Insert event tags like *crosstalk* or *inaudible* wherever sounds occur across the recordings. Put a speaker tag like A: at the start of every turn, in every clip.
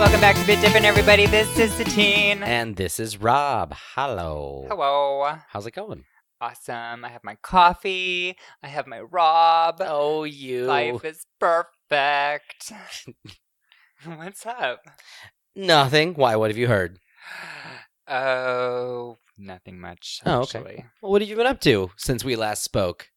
A: Welcome back to Bit Different, everybody. This is Satine.
B: And this is Rob. Hello.
A: Hello.
B: How's it going?
A: Awesome. I have my coffee. I have my Rob.
B: Oh, you.
A: Life is
B: *laughs*
A: perfect. What's up?
B: Nothing. Why? What have you heard?
A: Oh, nothing much.
B: Oh, okay.
A: actually.
B: Well, what have you been up to since we last spoke?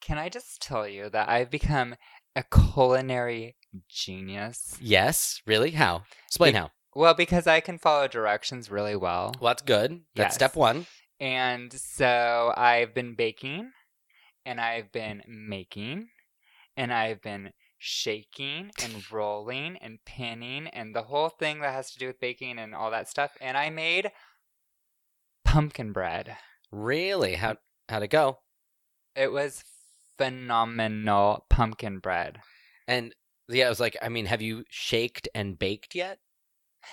A: Can I just tell you that I've become a culinary genius?
B: Yes. Really? How? Explain how.
A: Well, because I can follow directions really well.
B: Well, that's good. That's
A: Yes.
B: step one.
A: And so I've been baking and I've been making and I've been shaking and rolling and pinning and the whole thing that has to do with baking and all that stuff. And I made pumpkin bread.
B: Really? How? How'd it go?
A: It was phenomenal pumpkin bread.
B: And yeah, I was like, I mean, have you shaked and baked yet?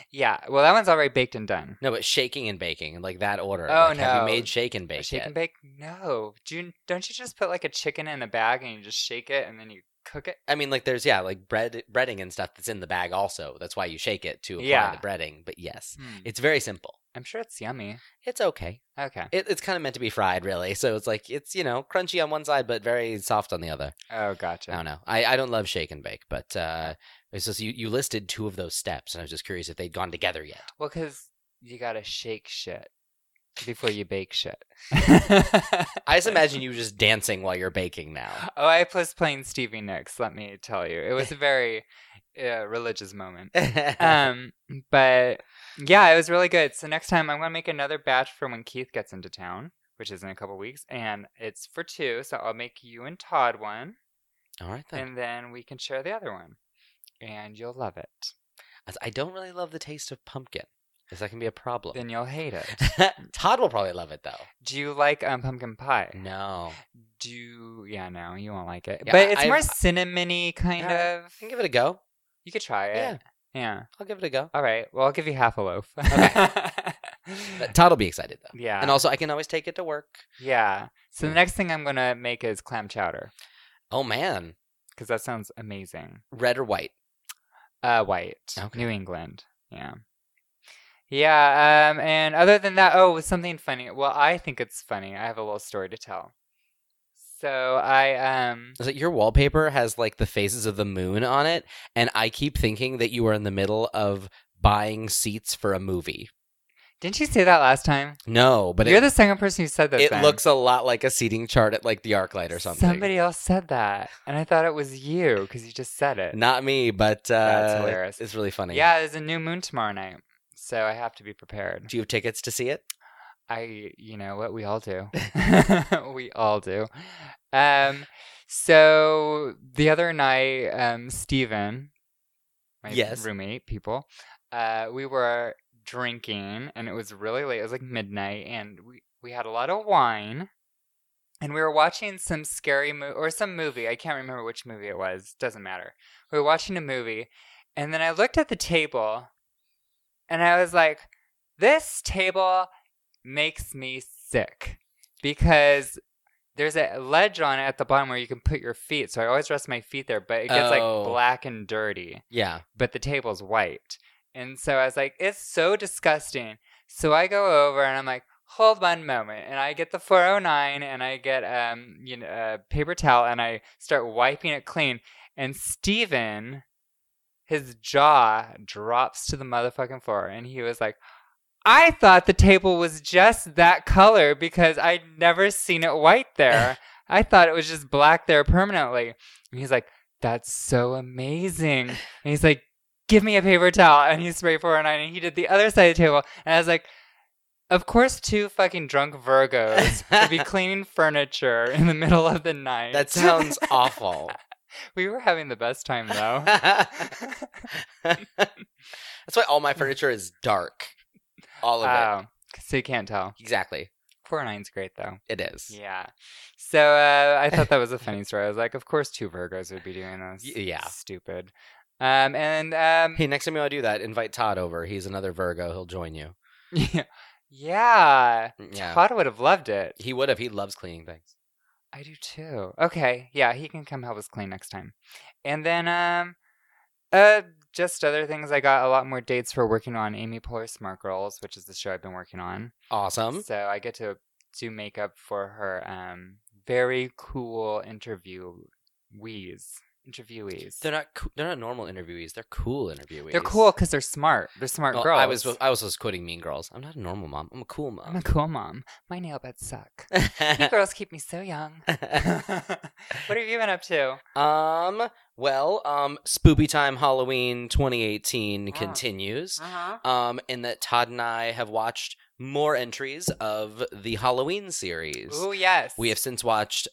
A: Yeah. Well, that one's already baked and done.
B: No, but shaking and baking, like that order.
A: Oh,
B: Like, Have
A: no.
B: you made shake and bake
A: shake
B: yet?
A: and bake? No. Do you, don't you just put like a chicken in a bag and you just shake it and then you cook it?
B: I mean, like there's yeah, like bread, breading and stuff that's in the bag. Also, that's why you shake it to apply
A: Yeah.
B: the breading. But yes,
A: Hmm.
B: it's very simple.
A: I'm sure it's yummy.
B: It's okay.
A: Okay.
B: It, it's kind of meant to be fried, really. So it's like it's you know crunchy on one side, but very soft on the other.
A: Oh,
B: I
A: gotcha.
B: don't know. I, I don't love shake and bake, but uh, it's just you, you listed two of those steps, and I was just curious if they'd gone together yet.
A: Well, because you gotta shake shit before you bake shit.
B: I
A: *laughs*
B: just imagine you just dancing while you're baking now.
A: Oh, I was playing Stevie Nicks. Let me tell you, it was a very uh, religious moment.
B: *laughs*
A: Um, but yeah, it was really good. So next time I'm gonna make another batch for when Keith gets into town, which is in a couple weeks, and it's for two. So I'll make you and Todd one,
B: All right then.
A: and then we can share the other one, and you'll love it.
B: I don't really love the taste of pumpkin. Is that can be a problem?
A: Then you'll hate it.
B: *laughs* Todd will probably love it though.
A: Do you like um, pumpkin pie?
B: No,
A: do yeah no you won't like it
B: Yeah,
A: but it's
B: I-
A: more
B: I-
A: cinnamony kind
B: Yeah,
A: of
B: I can give it a go.
A: you could try it
B: Yeah.
A: yeah
B: I'll give it a go.
A: all right well i'll give you half a loaf *laughs*
B: But Todd will be excited though,
A: yeah
B: and also I can always take it to work.
A: yeah so the next thing i'm gonna make is clam chowder
B: Oh man,
A: because that sounds amazing
B: red or white?
A: uh white
B: Okay.
A: new england yeah yeah um and other than that oh something funny well i think it's funny i have a little story to tell so i um
B: Is that your wallpaper has like the phases of the moon on it, and I keep thinking that you are in the middle of buying seats for a movie.
A: didn't you say that last time
B: No, but
A: you're
B: it,
A: the second person who said that
B: it
A: then.
B: looks a lot like a seating chart at like the ArcLight or something.
A: Somebody else said that, and I thought it was you because you just said it.
B: not me, but uh,
A: That's hilarious.
B: It's really funny.
A: Yeah, there's a new moon tomorrow night, so I have to be prepared.
B: Do you have tickets to see it?
A: I, you know what we all do, *laughs* we all do. Um, so the other night, um, Stephen, my
B: Yes.
A: roommate, people, uh, we were drinking, and it was really late. It was like midnight, and we we had a lot of wine. and we were watching some scary movie or some movie. I can't remember which movie it was. Doesn't matter. We were watching a movie, and then I looked at the table, and I was like, "This table makes me sick because there's a ledge on it at the bottom where you can put your feet. So I always rest my feet there, but it gets
B: Oh.
A: like black and dirty.
B: Yeah.
A: But the table's white, and so I was like, "It's so disgusting." So I go over and I'm like, hold one moment. And I get the 409 and I get um, you know, a paper towel and I start wiping it clean. And Steven, his jaw drops to the motherfucking floor. And he was like, I thought the table was just that color because I'd never seen it white
B: *laughs*
A: there. I thought it was just black there permanently. And he's like, that's so amazing. And he's like, give me a paper towel. And he sprayed 409 and he did the other side of the table. And I was like, of course, two fucking drunk Virgos would
B: *laughs*
A: be cleaning furniture in the middle of the night. *laughs*
B: That sounds awful. *laughs*
A: we were having the best time though.
B: That's why all my furniture is dark. All of it.
A: Wow. Oh, So you can't tell.
B: Exactly.
A: Four nine's great though.
B: It is.
A: Yeah. So uh, I thought that was a *laughs* funny story. I was like, of course, two Virgos would be doing this.
B: Y- yeah.
A: Stupid. Um, and um,
B: Hey, next time you want to do that, invite Todd over. He's another Virgo. He'll join you.
A: *laughs* yeah, yeah.
B: Yeah.
A: Todd would have loved it.
B: He would have. He loves cleaning things.
A: I do too. Okay. Yeah, he can come help us clean next time. And then um, Uh, just other things. I got a lot more dates for working on Amy Poehler Smart Girls, which is the show I've been working on.
B: Awesome.
A: So I get to do makeup for her um very cool interviewees. Interviewees.
B: They're not coo- they're not normal interviewees. They're cool interviewees.
A: They're cool because they're smart. They're smart
B: Well,
A: girls.
B: I was um I was just quoting Mean Girls. I'm not a normal mom. I'm a cool
A: *laughs* I'm a
B: mom.
A: cool mom. My nail beds
B: *laughs*
A: suck. you girls keep me so young. what have you been up to?
B: um. Well. Um. Spooby Time Halloween 2018
A: Ah.
B: continues.
A: Uh-huh.
B: Um. In that Todd and I have watched more entries of the Halloween series.
A: Oh yes.
B: We have since watched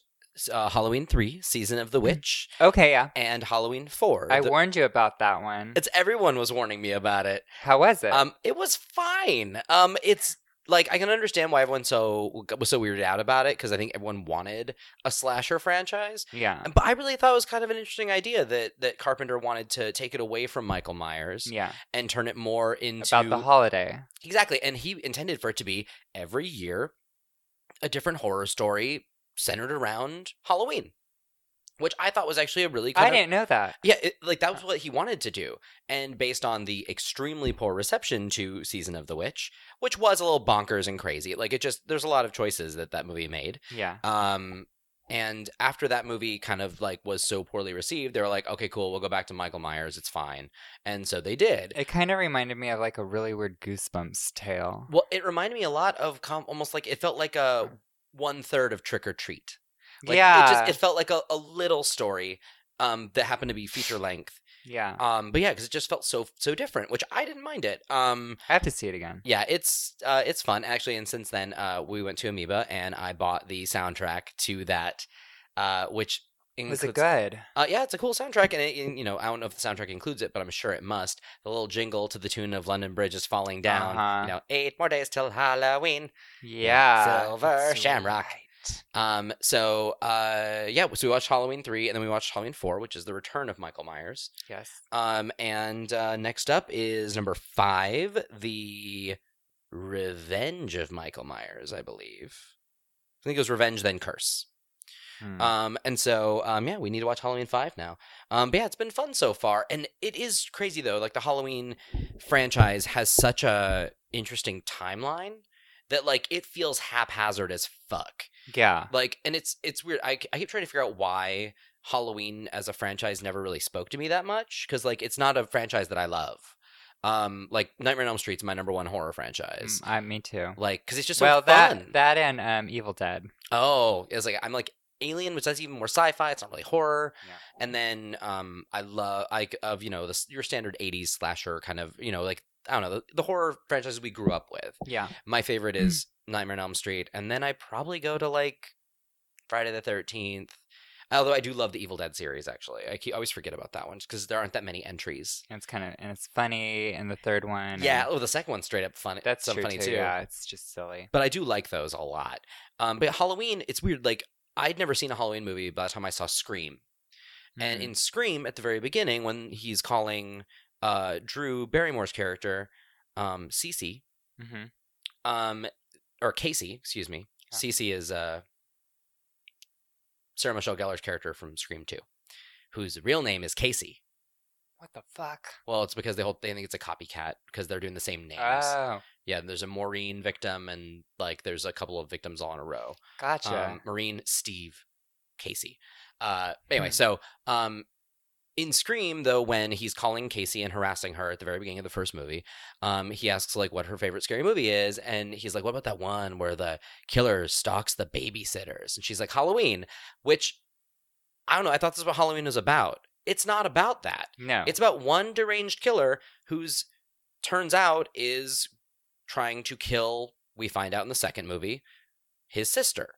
B: uh, Halloween three, season of the witch,
A: Okay, yeah.
B: and Halloween four.
A: Mm. I
B: The-
A: warned you about that one.
B: it's everyone was warning me about it.
A: How was it?
B: Um, it was fine. Um, it's like I can understand why everyone so was so weirded out about it because I think everyone wanted a slasher franchise. um,
A: yeah.
B: But I really thought it was kind of an interesting idea that that Carpenter wanted to take it away from Michael Myers
A: Yeah.
B: and turn it more into
A: About the holiday.
B: exactly, and he intended for it to be every year a different horror story centered around Halloween, which I thought was actually a really kind
A: I
B: of,
A: didn't know that.
B: yeah, it, like that was what he wanted to do. And based on the extremely poor reception to Season of the Witch, which was a little bonkers and crazy. Like it just there's a lot of choices that that movie made.
A: Yeah.
B: Um and after that movie kind of like was so poorly received, they were like, "Okay, cool, we'll go back to Michael Myers, it's fine." And so they did.
A: It kind of reminded me of like a really weird Goosebumps tale.
B: Well, it reminded me a lot of com- almost like it felt like a one third of Trick or Treat. Like,
A: yeah.
B: it just it felt like a, a little story um that happened to be feature length
A: yeah.
B: Um, but yeah, because it just felt so so different, which I didn't mind it. Um,
A: I have to see it again.
B: yeah, it's uh, it's fun actually. And since then, uh, we went to Amoeba and I bought the soundtrack to that, uh, which
A: Was
B: includes,
A: it good?
B: Uh, yeah, it's a cool soundtrack, and it, and, you know I don't know if the soundtrack includes it, but I'm sure it must. The little jingle to the tune of "London Bridge is Falling Down,"
A: Uh-huh.
B: you know, eight more days till Halloween.
A: Yeah.
B: Silver
A: That's
B: Shamrock.
A: right.
B: Um, so uh, yeah, so we watched Halloween three, and then we watched Halloween four, which is the return of Michael Myers.
A: Yes.
B: Um, and uh, next up is number five, the Revenge of Michael Myers, I believe. I think it was Revenge then Curse.
A: Hmm.
B: Um, and so um, yeah, we need to watch Halloween five now. Um, but yeah, it's been fun so far, and it is crazy though. Like the Halloween franchise has such a interesting timeline that like it feels haphazard as fuck
A: yeah.
B: like and it's it's weird I, I keep trying to figure out why halloween as a franchise never really spoke to me that much because like it's not a franchise that i love um like nightmare on elm street's my number one horror franchise
A: Mm, I, me too.
B: like because it's just so
A: Well,
B: fun
A: that that and um, Evil Dead.
B: oh it's like i'm like alien which that's even more sci-fi it's not really horror
A: Yeah.
B: and then um i love like of you know this your standard 80s slasher kind of you know like i don't know the, the horror franchises we grew up with
A: Yeah.
B: my favorite
A: Hmm.
B: is Nightmare on Elm Street, and then I probably go to like Friday the Thirteenth. Although I do love the Evil Dead series, actually, I keep, always forget about that one because there aren't that many entries.
A: And it's kind of and it's funny. And the third one.
B: Yeah,
A: and
B: oh, the second one's straight up funny.
A: That's
B: so
A: true
B: funny
A: too. Yeah. It's just silly.
B: But I do like those a lot. Um, but Halloween, it's weird. Like I'd never seen a Halloween movie by the time I saw Scream, and
A: Mm.
B: in Scream, at the very beginning, when he's calling uh, Drew Barrymore's character um, Cece,
A: Mhm.
B: um or Casey, excuse me.
A: Yeah.
B: Cece is uh Sarah Michelle Gellar's character from Scream 2, whose real name is Casey.
A: what the fuck?
B: Well, it's because they whole they think it's a copycat because they're doing the same names.
A: Oh,
B: yeah, there's a Maureen victim and like there's a couple of victims all in a row.
A: gotcha.
B: Um, Maureen, Steve, Casey. Uh, anyway,
A: Hmm.
B: so um, in Scream, though, when he's calling Casey and harassing her at the very beginning of the first movie, um, he asks like what her favorite scary movie is, and he's like, "What about that one where the killer stalks the babysitters?" And she's like, "Halloween," which I don't know. I thought this is what Halloween was about. It's not about that.
A: no.
B: It's about one deranged killer who's turns out is trying to kill. We find out in the second movie, his sister.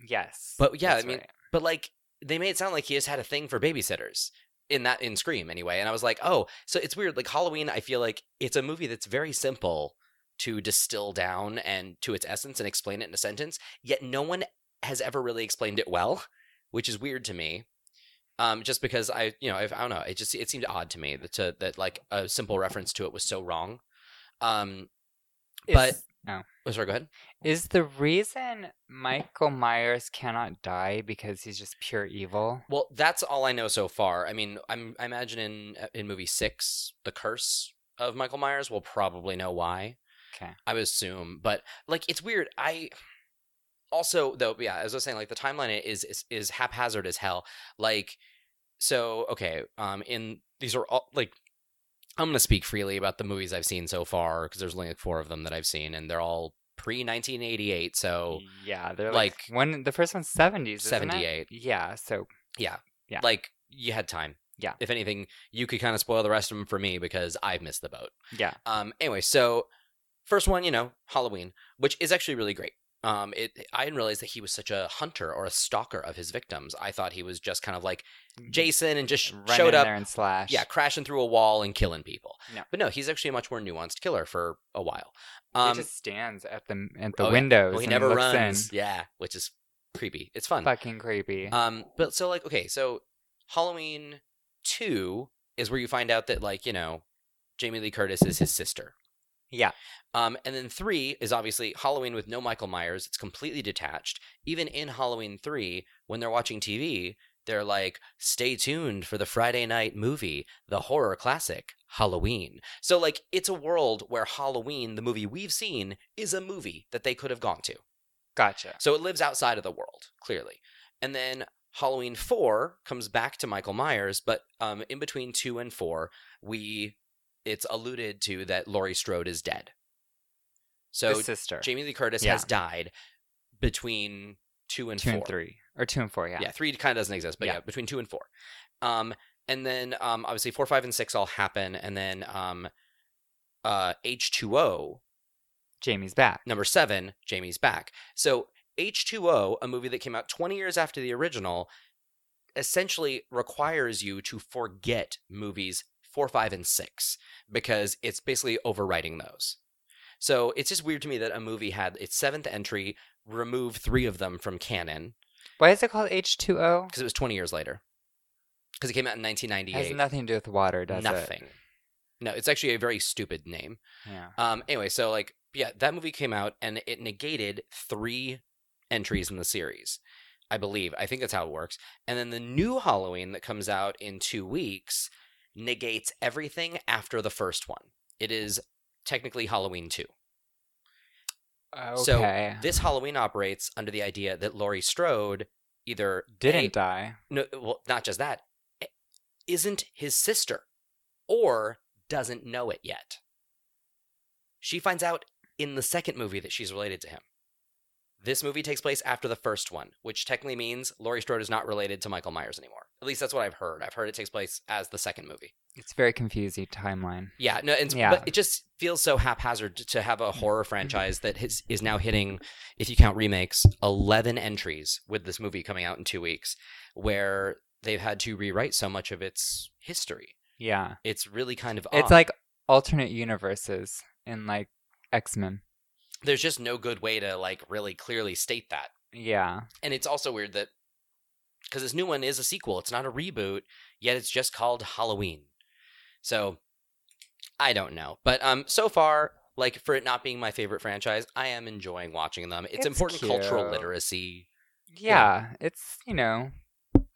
A: yes.
B: But yeah, I
A: that's
B: mean,
A: right.
B: but like they made it sound like he just had a thing for babysitters in that in Scream anyway. And I was like, oh, so it's weird. Like Halloween, I feel like it's a movie that's very simple to distill down and to its essence and explain it in a sentence. Yet no one has ever really explained it well, which is weird to me. Um, just because I, you know, I, I don't know, it just it seemed odd to me that to, that like a simple reference to it was so wrong. Um, but
A: It's-
B: Oh, sorry, go ahead.
A: Is the reason Michael Myers cannot die because he's just pure evil?
B: Well, that's all I know so far. I mean, I'm I imagine in uh, in movie six, the curse of Michael Myers, we'll probably know why.
A: Okay.
B: I would assume, but like it's weird. I also though, yeah, as I was saying, like the timeline is is, is haphazard as hell. Like, so okay, um, in these are all like. I'm gonna speak freely about the movies I've seen so far because there's only like four of them that I've seen, and they're all pre 1988. So
A: Yeah, they're like,
B: Oh, Like-
A: when the first one's 70s, isn't it?
B: 78.
A: Yeah, so Yeah.
B: like you had time.
A: Yeah.
B: If anything, you could kind of spoil the rest of them for me because I've missed the boat.
A: yeah.
B: Um. Anyway, so first one, you know, Halloween, which is actually really great. Um. It. I didn't realize that he was such a hunter or a stalker of his victims. I thought he was just kind of like Jason and just
A: Run
B: showed
A: Mm, in
B: up
A: there and slash.
B: yeah, crashing through a wall and killing people.
A: No.
B: But no, he's actually a much more nuanced killer for a while.
A: he
B: Um,
A: just stands at the at the
B: oh, yeah.
A: windows.
B: well, he
A: and
B: never
A: looks
B: runs.
A: In.
B: Yeah, which is creepy. It's fun.
A: Fucking creepy.
B: Um, but so like okay, so Halloween two is where you find out that like you know Jamie Lee Curtis is his sister.
A: Yeah.
B: Um, and then three is obviously Halloween with no Michael Myers. It's completely detached. Even in Halloween three, when they're watching TV, they're like, "Stay tuned for the Friday night movie, the horror classic Halloween." So like, it's a world where Halloween, the movie we've seen, is a movie that they could have gone to.
A: gotcha.
B: So it lives outside of the world, clearly. And then Halloween 4 comes back to Michael Myers, but um, in between 2 and 4, we it's alluded to that Laurie Strode is dead. So
A: the sister.
B: Jamie Lee Curtis
A: Yeah.
B: has died between 2 and
A: two
B: 4.
A: and three or two and four. Yeah.
B: Yeah. 3 kind of doesn't exist, but yeah.
A: Yeah.
B: between 2 and 4. Um and then um obviously 4, 5 and 6 all happen and then um uh H2O
A: Jamie's back.
B: Number seven, Jamie's Back. So, H2O, a movie that came out 20 years after the original, essentially requires you to forget movies four, five, and six because it's basically overwriting those. So, it's just weird to me that a movie had its seventh entry remove three of them from canon
A: Why is it called H two O?
B: because it was 20 years later. Because it came out in
A: Has
B: 1998.
A: nothing to do with water, does it?
B: nothing. No, it's actually a very stupid name.
A: Yeah.
B: Um. Anyway, so like, yeah, that movie came out and it negated three entries in the series, I believe. I think that's how it works. And then the new Halloween that comes out in two weeks negates everything after the first one. It is technically Halloween two. So,
A: Okay.
B: This Halloween operates under the idea that Laurie Strode either
A: Didn't
B: A-
A: die.
B: no, well, not just that, isn't his sister or doesn't know it yet. She finds out in the second movie that she's related to him. This movie takes place after the first one, which technically means Laurie Strode is not related to Michael Myers anymore. At least that's what I've heard. I've heard it takes place as the second movie.
A: It's a very confusing timeline.
B: Yeah, no, it's,
A: Yeah. Mm-hmm.
B: but it just feels so haphazard to have a horror franchise that is, is now hitting, if you count remakes, 11 entries with this movie coming out in two weeks, where they've had to rewrite so much of its history.
A: Yeah.
B: It's really kind of
A: It's
B: odd.
A: like alternate universes in like X Men.
B: there's just no good way to like really clearly state that.
A: Yeah.
B: And it's also weird that because this new one is a sequel, it's not a reboot, yet it's just called Halloween. So I don't know, but um, so far, like for it not being my favorite franchise, I am enjoying watching them. It's,
A: It's
B: important cultural
A: cute.
B: literacy.
A: Yeah. It's you know,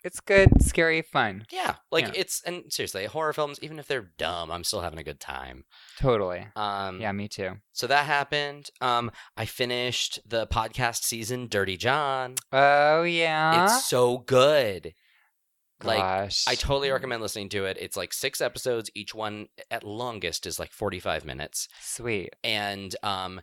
A: it's good, scary, fun.
B: Yeah, like
A: Yeah.
B: it's and seriously, horror films, even if they're dumb, I'm still having a good time.
A: Totally.
B: Um,
A: Yeah, me too.
B: So that happened. Um, I finished the podcast season, Dirty John.
A: Oh yeah.
B: It's so good. like,
A: Gosh.
B: I totally recommend listening to it. It's like six episodes. Each one at longest is like 45 minutes.
A: Sweet.
B: And um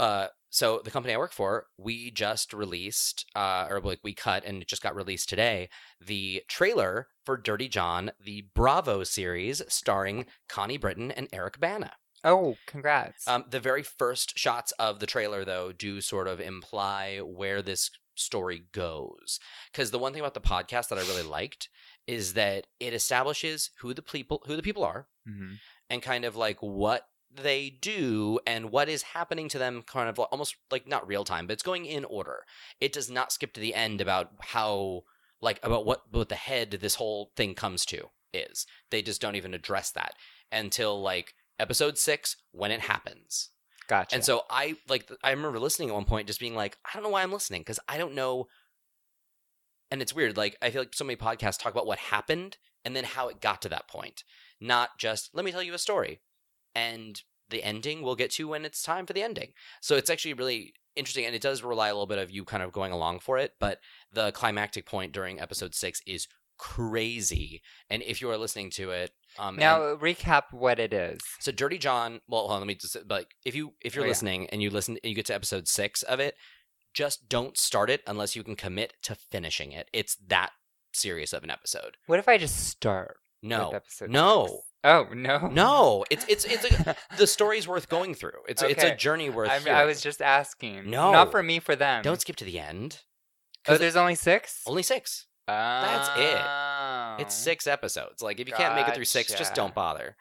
B: uh so the company I work for, we just released uh or like we cut and it just got released today the trailer for Dirty John, the Bravo series starring Connie Britton and Eric Bana.
A: Oh, congrats.
B: Um, the very first shots of the trailer, though, do sort of imply where this story goes. Because the one thing about the podcast that I really liked is that it establishes who the people who the people are
A: Mhm.
B: and kind of like what they do and what is happening to them kind of like- almost like not real time but it's going in order it does not skip to the end about how like about what what the head this whole thing comes to is they just don't even address that until like episode 6 when it happens
A: Gotcha.
B: And so I like th- I remember listening at one point just being like, I don't know why I'm listening because I don't know. And it's weird. Like I feel like so many podcasts talk about what happened and then how it got to that point, not just let me tell you a story, and the ending we'll get to when it's time for the ending. So it's actually really interesting, and it does rely a little bit of you kind of going along for it. But the climactic point during episode six is crazy, and if you are listening to it, um, and-
A: now recap what it is.
B: so Dirty John, well, hold on, let me just like if you if you're
A: Oh, yeah.
B: listening and you listen and you get to episode 6 of it, just don't start it unless you can commit to finishing it. It's that serious of an episode.
A: What if I just start with
B: No.
A: *laughs* episode?
B: No.
A: six? Oh no.
B: No, it's it's it's a,
A: *laughs*
B: the story's worth going through. It's it's a
A: Okay.
B: journey worth
A: I, I
B: hearing.
A: was just asking.
B: No.
A: Not for me, for them.
B: Don't skip to the end.
A: Oh, there's only six. Oh.
B: Only 6.
A: that's
B: it. It's 6 episodes. Like if you can't make it through 6, just
A: Gotcha.
B: don't bother.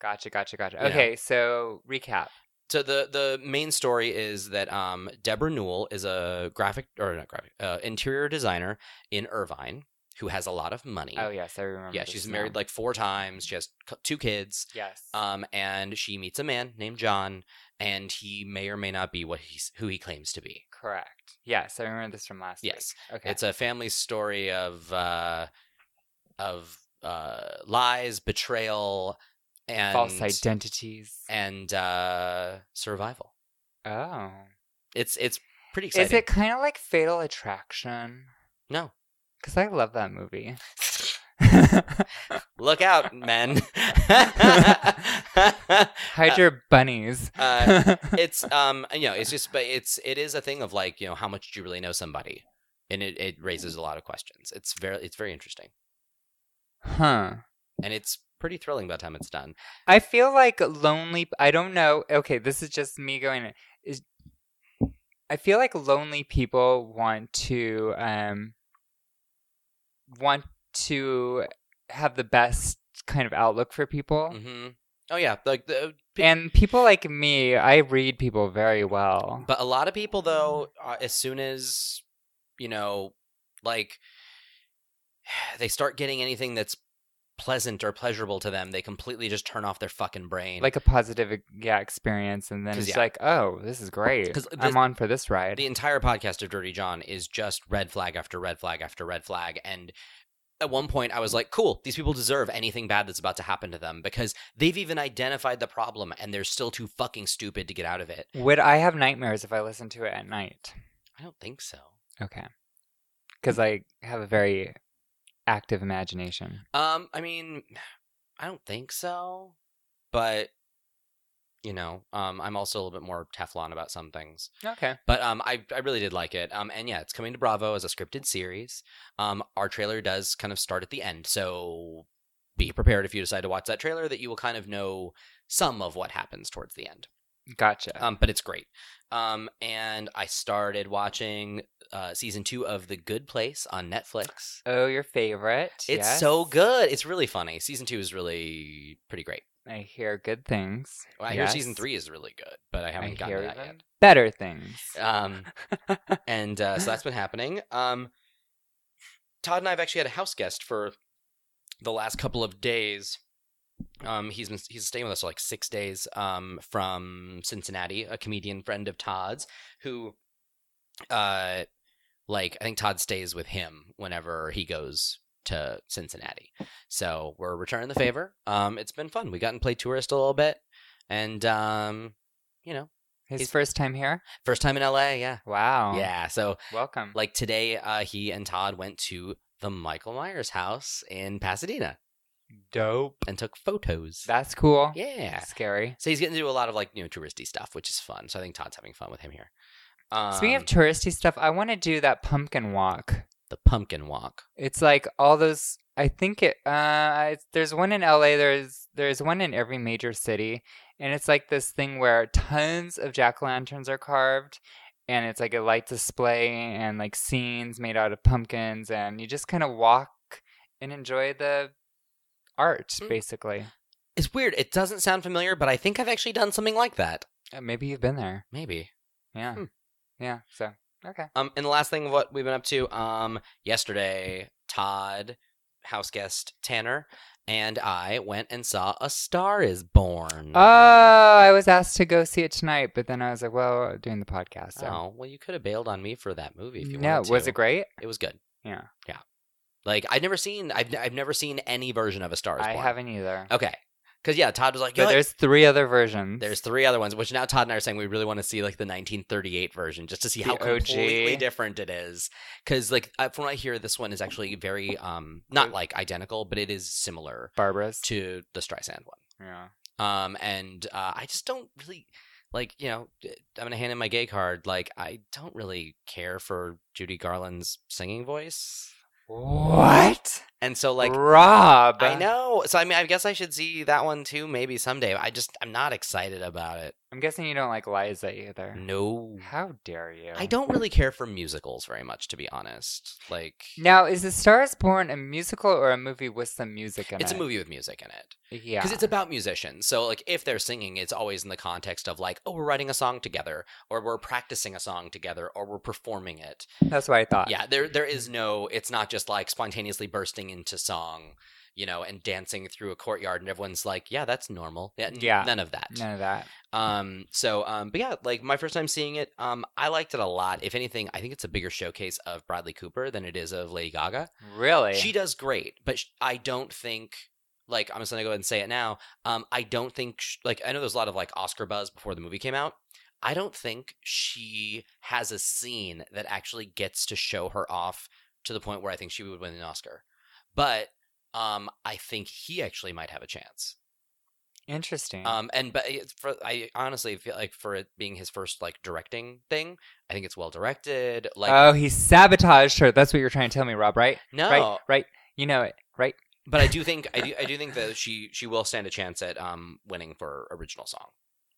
A: Gotcha, gotcha, gotcha.
B: Yeah.
A: Okay, so recap.
B: So the the main story is that um, Deborah Newell is a graphic or not graphic uh, interior designer in Irvine who has a lot of money.
A: Oh yes, I remember.
B: yeah,
A: this
B: she's
A: now.
B: married like four times. She has c- two kids.
A: yes.
B: Um, and she meets a man named John, and he may or may not be what he's who he claims to be.
A: Correct. Yes, I remember this from last
B: Yes,
A: week. Okay.
B: it's a family story of uh, of uh, lies, betrayal, and
A: false identities.
B: and uh, survival.
A: oh.
B: It's it's pretty exciting.
A: Is it kind of like Fatal Attraction?
B: No.
A: Because I love that
B: *laughs*
A: movie. *laughs*
B: Look out, men. *laughs*
A: Hide your bunnies. *laughs*
B: uh, it's um you know, it's just but it's it is a thing of like, you know, how much do you really know somebody? And it, it raises a lot of questions. It's very it's very interesting.
A: huh.
B: And it's pretty thrilling by the time it's done.
A: I feel like lonely. I don't know. Okay, this is just me going. Is I feel like lonely people want to um want to have the best kind of outlook for people.
B: hmm Oh yeah, like the,
A: And people like me, I read people very well.
B: but a lot of people though, are, as soon as you know, like *sighs* they start getting anything that's pleasant or pleasurable to them, they completely just turn off their fucking brain.
A: Like a positive yeah experience, and then
B: 'Cause,
A: it's
B: yeah.
A: like, oh, this is great.
B: 'Cause this-
A: I'm on for this ride.
B: the entire podcast of Dirty John is just red flag after red flag after red flag. And at one point, I was like, cool, these people deserve anything bad that's about to happen to them because they've even identified the problem and they're still too fucking stupid to get out of it.
A: Would I have nightmares if I listened to it at night?
B: I don't think so.
A: Okay. Because I have a very active imagination.
B: Um, I mean, I don't think so, but you know, um, I'm also a little bit more Teflon about some things.
A: Okay.
B: But um, I, I really did like it. Um, and yeah, it's coming to Bravo as a scripted series. Um, our trailer does kind of start at the end, so be prepared if you decide to watch that trailer that you will kind of know some of what happens towards the end.
A: Gotcha.
B: Um, but it's great. Um, and I started watching uh, season two of The Good Place on Netflix.
A: oh, your favorite.
B: It's
A: yes.
B: so good. It's really funny. Season two is really pretty great.
A: I hear good things.
B: Well, I hear
A: Yes.
B: season three is really good, but I
A: I
B: haven't gotten
A: hear
B: to that
A: them
B: yet.
A: better things.
B: Um, and uh, so that's been happening. Um, Todd and I have actually had a house guest for the last couple of days. Um, he's been he's staying with us for like six days. Um, from Cincinnati, a comedian friend of Todd's who, uh, like I think Todd stays with him whenever he goes to Cincinnati. So we're returning the favor. Um, it's been fun. We got and played tourist a little bit, and um, you know,
A: His
B: he's-
A: first time here.
B: first time in LA. Yeah,
A: Wow.
B: yeah. So
A: Welcome.
B: like today, uh, he and Todd went to the Michael Myers house in Pasadena
A: dope.
B: and took photos.
A: That's cool.
B: yeah.
A: Scary.
B: So he's getting to do a lot of like you know touristy stuff, which is fun. So I think Todd's having fun with him here. Um,
A: Speaking of touristy stuff, I want to do that pumpkin walk.
B: the pumpkin walk,
A: It's like all those. I think it. Uh, I, there's one in L.A. There's there's one in every major city, and it's like this thing where tons of jack o' lanterns are carved, and it's like a light display and like scenes made out of pumpkins, and you just kind of walk and enjoy the art,
B: Mm.
A: basically.
B: it's weird. It doesn't sound familiar, but I think I've actually done something like that.
A: Uh, Maybe you've been there.
B: Maybe.
A: Yeah,
B: Hmm.
A: yeah. So okay.
B: Um, and the last thing of what we've been up to, um, yesterday, Todd house guest Tanner and I went and saw A Star Is Born.
A: Oh, I was asked to go see it tonight, but then I was like, well, doing the podcast. So.
B: Oh, well, you could have bailed on me for that movie if you
A: no,
B: wanted to.
A: was it great?
B: It was good.
A: Yeah.
B: yeah. Like I've never seen, I've, I've never seen any version of A Star Is
A: I
B: Born.
A: haven't either.
B: Okay, because yeah, Todd was like,
A: But
B: "You know,
A: there's three other versions.
B: There's three other ones, which now Todd and I are saying we really want to see like the 1938 version just to see
A: The
B: how completely
A: OG.
B: different it is. Because like uh, from what I hear, this one is actually very um not like identical, but it is similar
A: Barbara's.
B: to the Streisand one.
A: Yeah.
B: Um, and uh, I just don't really like you know I'm gonna hand in my gay card. Like I don't really care for Judy Garland's singing voice,
A: What?
B: and so like.
A: Rob.
B: I know. So I mean, I guess I should see that one too, maybe someday. I just I'm not excited about it.
A: I'm guessing you don't like Liza either.
B: Mm. No.
A: How dare you?
B: I don't really care for musicals very much, to be honest. Like,
A: Now, is The Star is Born a musical or a movie with some music in it?
B: it's a movie with music in it
A: Yeah.
B: because it's about musicians. So, like, if they're singing, it's always in the context of like, oh, we're writing a song together, or we're practicing a song together, or we're performing it.
A: That's what I thought.
B: Yeah, there there is no. It's not just like spontaneously bursting into song, you know, and dancing through a courtyard, and everyone's like, yeah, that's normal. Yeah, n-
A: Yeah.
B: none of that.
A: None of that.
B: Um, so, um, but yeah, like my first time seeing it, um, I liked it a lot. If anything, I think it's a bigger showcase of Bradley Cooper than it is of Lady Gaga.
A: Really?
B: She does great, but sh- I don't think like I'm just gonna go ahead and say it now. Um, I don't think sh- like I know there's a lot of like Oscar buzz before the movie came out. I don't think she has a scene that actually gets to show her off to the point where I think she would win an Oscar. But um, I think he actually might have a chance.
A: Interesting.
B: Um, and but it's for, I honestly feel like for it being his first like directing thing, I think it's well directed. Like
A: oh, he sabotaged her. That's what you're trying to tell me, Rob, right?
B: no,
A: Right? Right? You know it, right?
B: but I do think I do I do think that she she will stand a chance at um winning for original song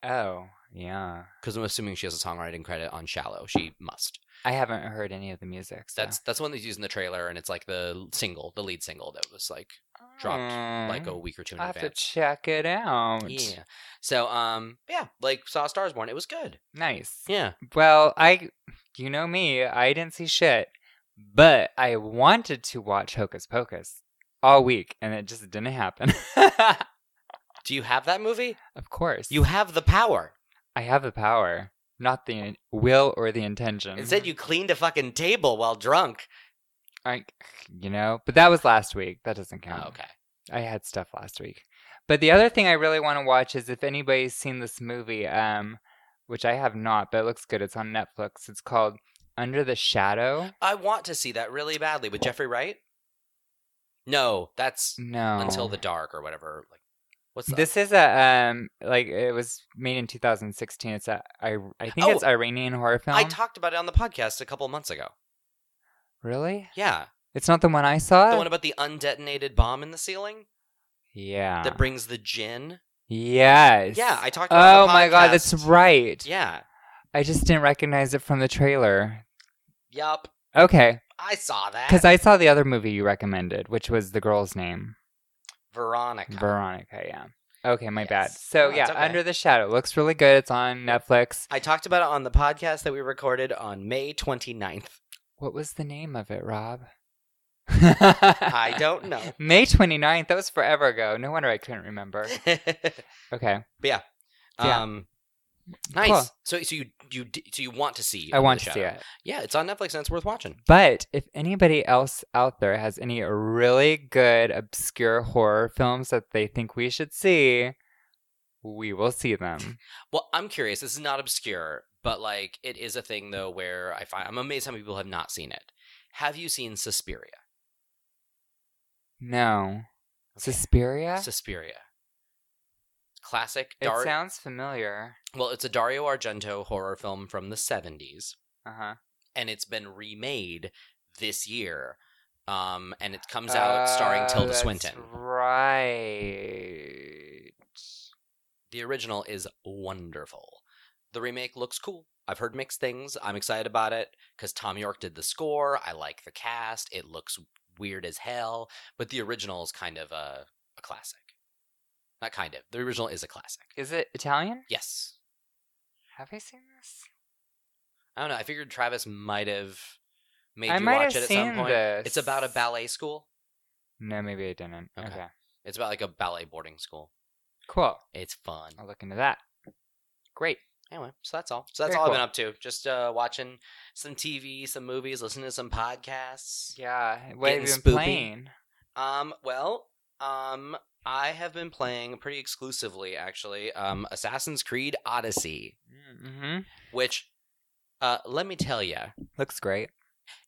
A: Oh, yeah.
B: because I'm assuming she has a songwriting credit on Shallow. She must.
A: I haven't heard any of the music. So.
B: That's that's the one that's used in the trailer, and it's like the single, the lead single that was like dropped like a week or two in
A: Mm-hmm. I Um, have to
B: advance.
A: check it out.
B: Yeah. So um yeah, like saw Stars Born. It was good.
A: Nice.
B: Yeah.
A: Well, I, you know me, I didn't see shit, but I wanted to watch Hocus Pocus all week, and it just didn't happen. *laughs*
B: Do you have that movie?
A: of course,
B: You have the power.
A: I have the power, not the in- will or the intention.
B: Instead, you cleaned a fucking table while drunk.
A: I, you know, but that was last week. That doesn't count.
B: Oh, okay.
A: I had stuff last week. But the other thing I really want to watch is if anybody's seen this movie, um, which I have not, but it looks good. It's on Netflix. It's called Under the Shadow.
B: I want to see that really badly with Jeffrey Wright. No, that's
A: No.
B: Until the Dark or whatever. Like, what's that?
A: This is a um like it was made in 2016. It's a I I think it's
B: Oh,
A: Iranian horror film.
B: I talked about it on the podcast a couple months ago.
A: really?
B: Yeah,
A: It's not the one I saw.
B: the one about the undetonated bomb in the ceiling
A: yeah.
B: that brings the gin.
A: Yes.
B: Yeah, I talked. about it
A: Oh
B: on the
A: my god,
B: podcast.
A: that's right.
B: Yeah.
A: I just didn't recognize it from the trailer.
B: Yup.
A: Okay,
B: I saw that.
A: because I saw the other movie you recommended, which was the girl's name.
B: Veronica.
A: Veronica, yeah. Okay, my bad.
B: Yes.
A: So
B: No,
A: yeah,
B: it's okay.
A: Under the Shadow looks really good. It's on Netflix.
B: I talked about it on the podcast that we recorded on May 29th.
A: What was the name of it, Rob?
B: I
A: I
B: don't know.
A: *laughs*
B: *laughs*
A: May 29th, that was forever ago. No wonder I couldn't remember.
B: *laughs*
A: Okay. Yeah.
B: Um, nice.
A: Cool.
B: So, so you you d- so you want to see?
A: I
B: Under
A: want
B: the
A: to see
B: Shadow.
A: it.
B: Yeah, it's on Netflix and it's worth watching.
A: But if anybody else out there has any really good obscure horror films that they think we should see, we will see them.
B: Well, I'm curious. This is not obscure, but like it is a thing though, where I find I'm amazed how many people have not seen it. Have you seen Suspiria?
A: No.
B: Okay.
A: Suspiria?
B: Suspiria. Classic.
A: it
B: Dar-
A: sounds familiar.
B: well, it's a Dario Argento horror film from the 70s,
A: Uh-huh.
B: and it's been remade this year. Um, and it comes out starring
A: Oh,
B: Tilda
A: that's
B: Swinton.
A: Right.
B: The original is wonderful. The remake looks cool. I've heard mixed things. I'm excited about it because Tom York did the score. I like the cast. It looks weird as hell, but the original is kind of a, a classic. Not kind of. The original is a classic.
A: Is it Italian?
B: Yes.
A: Have I seen this?
B: I don't know. I figured Travis might have made
A: I
B: you
A: might
B: watch it
A: have
B: at
A: seen
B: some point.
A: this.
B: It's about a ballet school.
A: No, maybe I didn't.
B: Okay.
A: Okay.
B: It's about like a ballet boarding school.
A: Cool.
B: It's fun.
A: I'll look into that. Great.
B: Anyway, so that's all. So that's
A: Very
B: all I've been
A: cool.
B: up to. Just uh, watching some TV, some movies, listening to some podcasts.
A: Yeah. What have
B: Getting
A: you been
B: spoopy.
A: playing?
B: Um, well, um, I have been playing pretty exclusively, actually, um, Assassin's Creed Odyssey,
A: hmm
B: which, uh, let me tell you,
A: Looks great.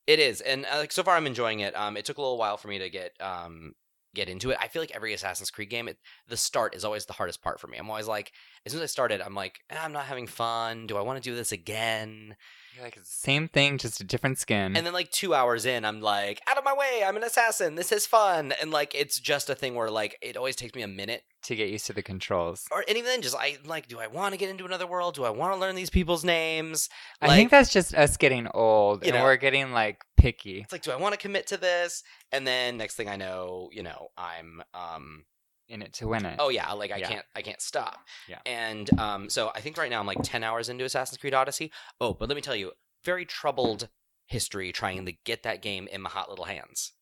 B: It is, and uh, like so far, I'm enjoying it. Um, it took a little while for me to get um get into it. I feel like every Assassin's Creed game, it, the start is always the hardest part for me. I'm always like, as soon as I started, I'm like, "Ah, I'm not having fun. Do I want to do this again?
A: You're like, it's the same thing, just a different skin.
B: And then like two hours in, I'm like, out of my way. I'm an assassin. This is fun. And like, it's just a thing where like it always takes me a minute,
A: to get used to the controls.
B: or and even then, just I like, do I want to get into another world? Do I want to learn these people's names?
A: I
B: Like-
A: think that's just us getting old
B: You
A: and
B: know.
A: we're getting like picky.
B: It's like, do I want to commit to this? And then next thing I know, you know, I'm um
A: in it to win it.
B: oh yeah like i
A: Yeah.
B: can't i can't stop
A: Yeah.
B: and um so i think right now i'm like 10 hours into assassin's creed odyssey oh but let me tell you very troubled history trying to get that game in my hot little hands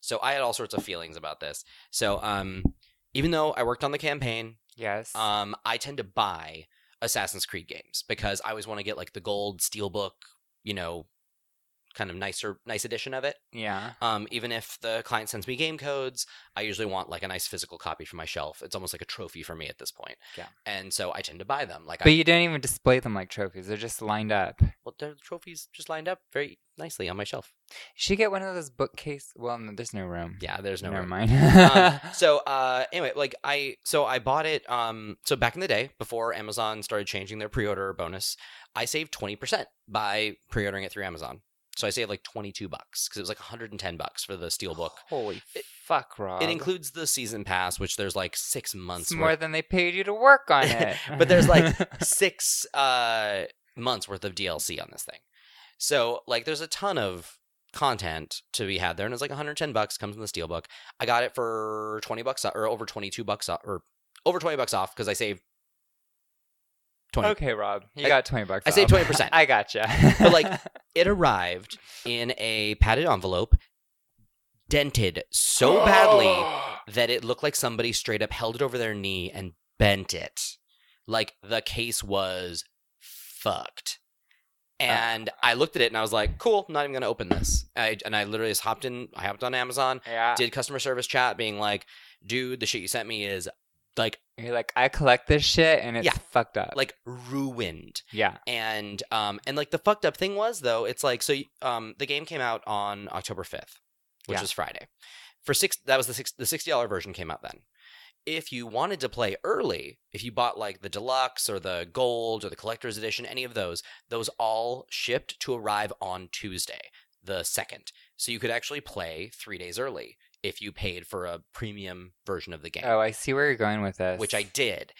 B: so i had all sorts of feelings about this so um even though i worked on the campaign
A: yes.
B: um i tend to buy assassin's creed games because i always want to get like the gold steelbook you know kind of nicer nice edition of it
A: yeah.
B: um, even if the client sends me game codes, I usually want like a nice physical copy for my shelf. It's almost like a trophy for me at this point.
A: Yeah.
B: And so I tend to buy them. Like,
A: But
B: I,
A: you don't even display them like trophies. They're just lined up. You
B: well, the trophies just lined up very nicely on my shelf.
A: should get one of those bookcase. Well, no, there's no room.
B: Yeah, there's no
A: Never
B: room.
A: mind. *laughs*
B: um, so uh, anyway, like I, so I bought it. Um, so back in the day, before Amazon started changing their pre-order bonus, I saved twenty percent by pre-ordering it through Amazon. So I saved like twenty-two bucks because it was like one hundred and ten bucks for the steelbook.
A: Holy
B: It-
A: fuck, Rob.
B: It includes the season pass, which there's like
A: It's
B: six months worth
A: more than they paid you to work on it.
B: *laughs* But
A: *laughs*
B: there's, like, *laughs* six uh, months worth of DLC on this thing. So like, there's a ton of content to be had there, and it's like 110 bucks comes in the steelbook. I got it for 20 bucks o- or over 22 bucks off, or over 20 bucks off because I saved 20.
A: okay, Rob, you
B: I-
A: got twenty bucks.
B: I saved
A: off.
B: 20%.
A: *laughs* I gotcha.
B: But, like, It arrived in a padded envelope, dented
A: *gasps*
B: so badly that it looked like somebody straight up held it over their knee and bent it. Like the case was fucked. And I looked at it and I was like, cool, I'm not even going to open this. I, and I literally just hopped in, I hopped on Amazon,
A: *laughs* yeah.
B: did customer service chat being like, dude, the shit you sent me is like
A: You're like, I collect this shit and it's
B: Yeah.
A: fucked up.
B: like ruined.
A: yeah.
B: And um and like the fucked up thing was though, it's like so you- um the game came out on October 5th, which
A: Yeah.
B: was Friday. For six that was the six the $60 version came out then. If you wanted to play early, if you bought like the deluxe or the gold or the collector's edition, any of those, those all shipped to arrive on Tuesday, the 2nd. So you could actually play 3 days early if you paid for a premium version of the game,
A: Oh, I see where you're going with this.
B: which I did.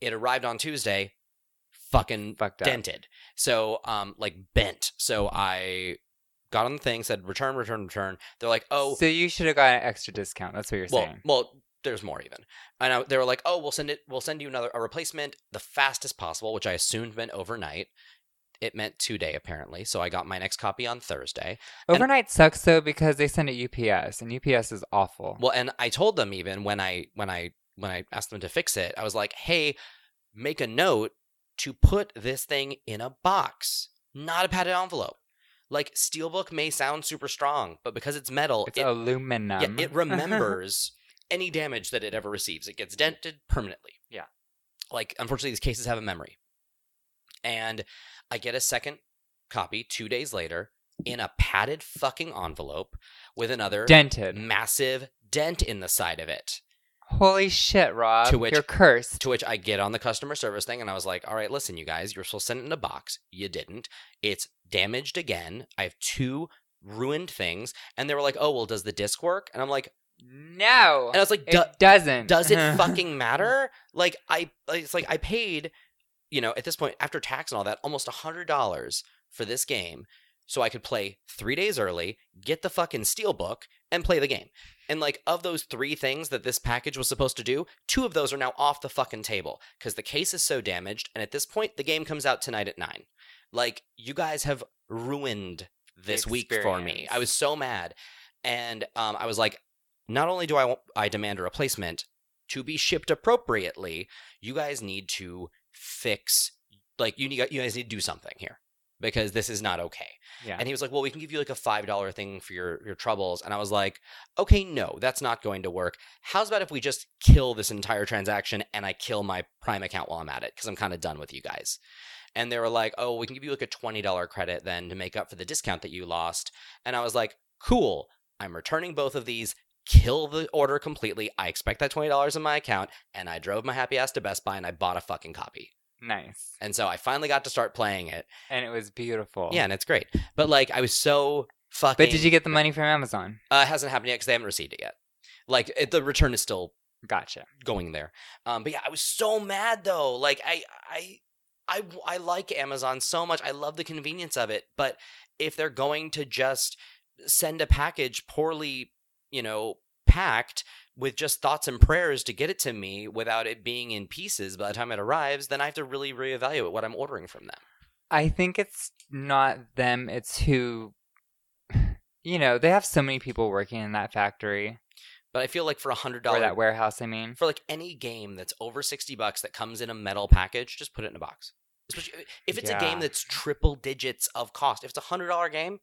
B: It arrived on Tuesday, fucking
A: fucked up.
B: dented. So um like bent. So I got on the thing, said return, return, return. They're like, oh
A: so you should have got an extra discount. That's what you're
B: well,
A: saying.
B: well, there's more even. And I, they were like, oh, we'll send it, we'll send you another a replacement the fastest possible, which I assumed meant overnight. It meant two day apparently. So I got my next copy on Thursday. and-
A: Overnight sucks though because they send it UPS and UPS is awful.
B: Well, and I told them even when I when I when I asked them to fix it, I was like, hey, make a note to put this thing in a box, not a padded envelope. Like steelbook may sound super strong, but because it's metal,
A: it's
B: it
A: aluminum. *laughs*
B: Yeah, it remembers any damage that it ever receives. It gets dented permanently.
A: Yeah.
B: Like, unfortunately, these cases have a memory. And I get a second copy two days later in a padded fucking envelope with another
A: dented.
B: massive dent in the side of it.
A: Holy shit, Rob.
B: To which-
A: you're cursed.
B: To which I get on the customer service thing and I was like, all right, listen, you guys, you're supposed to send it in a box. You didn't. It's damaged again. I have two ruined things. And they were like, oh, well, does the disc work? And I'm like,
A: no.
B: and I was like,
A: It
B: duh.
A: doesn't.
B: does
A: *laughs*
B: it fucking matter? Like I, it's like I paid, you know, at this point after tax and all that, almost a hundred dollars for this game, so I could play three days early, get the fucking steelbook, and play the game. And like of those three things that this package was supposed to do, two of those are now off the fucking table because the case is so damaged. And at this point, the game comes out tonight at nine. Like you guys have ruined this week for me.
A: experience.
B: I was so mad, and um, I was like, not only do I wa- I demand a replacement to be shipped appropriately, you guys need to fix like you need you guys need to do something here because this is not okay.
A: Yeah.
B: And he was like, "Well, we can give you like a five dollar thing for your your troubles." And I was like, "Okay, no, that's not going to work. How's about if we just kill this entire transaction and I kill my Prime account while I'm at it because I'm kind of done with you guys." And they were like, "Oh, we can give you like a twenty dollar credit then to make up for the discount that you lost." And I was like, "Cool, I'm returning both of these." Kill the order completely. I expect that $20 in my account. And I drove my happy ass to Best Buy and I bought a fucking copy.
A: nice.
B: And so I finally got to start playing it.
A: And it was beautiful.
B: Yeah, and it's great. But like, I was so fucking.
A: But did you get the money from Amazon?
B: Uh, it hasn't happened yet because they haven't received it yet. Like it, the return is still
A: Gotcha.
B: going there. Um, but yeah, I was so mad though. Like I, I, I, I like Amazon so much. I love the convenience of it. But if they're going to just send a package poorly, you know, packed with just thoughts and prayers to get it to me without it being in pieces by the time it arrives, then I have to really reevaluate what I'm ordering from them.
A: I think it's not them, it's who you know, they have so many people working in that factory
B: But I feel like for a hundred
A: or
B: dollars
A: that warehouse, I mean.
B: for like any game that's over 60 bucks that comes in a metal package just put it in a box Especially if it's a game
A: Yeah.
B: that's triple digits of cost if it's a hundred dollar game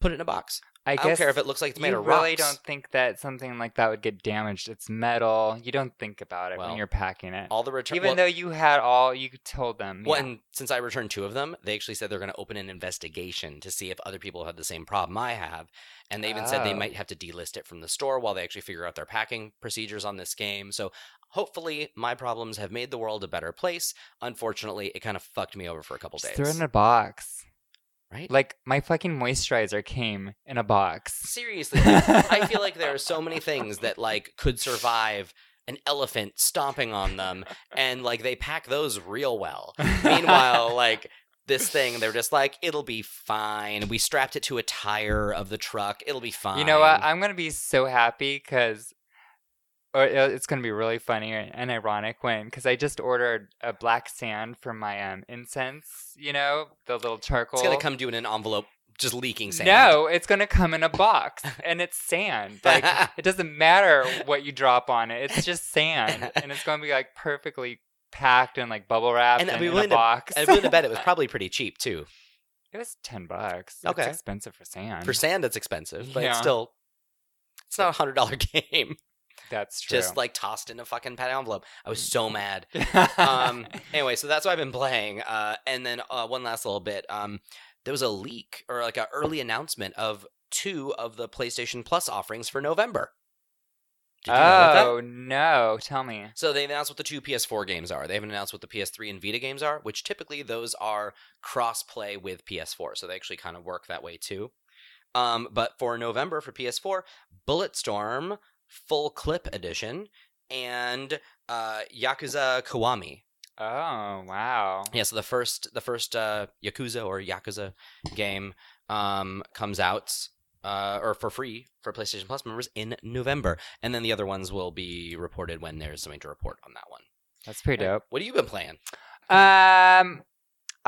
B: put it in a box
A: I,
B: i,
A: guess
B: don't care if it looks like it's made
A: you
B: of
A: really
B: rocks
A: don't think that something like that would get damaged. It's metal. You don't think about it
B: Well,
A: when you're packing it.
B: all the return
A: Even
B: well,
A: though you had all you told them.
B: well,
A: yeah.
B: and since I returned two of them, they actually said they're going to open an investigation to see if other people have the same problem I have. And they even said they
A: Oh.
B: might have to delist it from the store while they actually figure out their packing procedures on this game. So hopefully, my problems have made the world a better place. Unfortunately, it kind of fucked me over for a couple
A: Just
B: days.
A: throw it in a box.
B: right?
A: Like my fucking moisturizer came in a box.
B: seriously like, i feel like there are so many things that like could survive an elephant stomping on them and like they pack those real well *laughs* meanwhile
A: *laughs*
B: like this thing they're just like it'll be fine we strapped it to a tire of the truck it'll be fine
A: You know what? I'm gonna be so happy because, or it- it's gonna be really funny and and ironic when because I just ordered a black sand for my um incense. You know the little charcoal.
B: it's gonna come to you in an envelope just leaking sand
A: No, it's gonna come in a box, and it's sand.
B: *laughs*
A: Like it doesn't matter what you drop on it; it's just
B: *laughs*
A: sand, and it's gonna be like perfectly packed and like bubble wrapped
B: And
A: and,
B: I'd be
A: in a
B: willing to-
A: box.
B: i'm willing to bet it was probably pretty cheap too
A: it was ten bucks.
B: Okay.
A: it's expensive for sand.
B: for sand it's expensive but it's
A: Yeah.
B: still it's not a hundred dollar *laughs* game
A: That's true.
B: just like tossed in a fucking pet envelope i was so mad
A: like *laughs*
B: um anyway so that's what i've been playing uh and then uh one last little bit um there was a leak or like an early announcement of two of the playstation plus offerings for november Did you know about that?
A: oh no! Tell me.
B: so they announced what the two ps4 games are they haven't announced what the ps3 and vita games are which typically those are cross play with ps4 so they actually kind of work that way too um but for november for ps4 bulletstorm full clip edition and uh yakuza kiwami
A: Oh wow!
B: yeah so the first the first uh yakuza or yakuza game um comes out uh or for free for playstation plus members in november and then the other ones will be reported when there's something to report on that one
A: That's pretty dope.
B: what have you been playing
A: Um,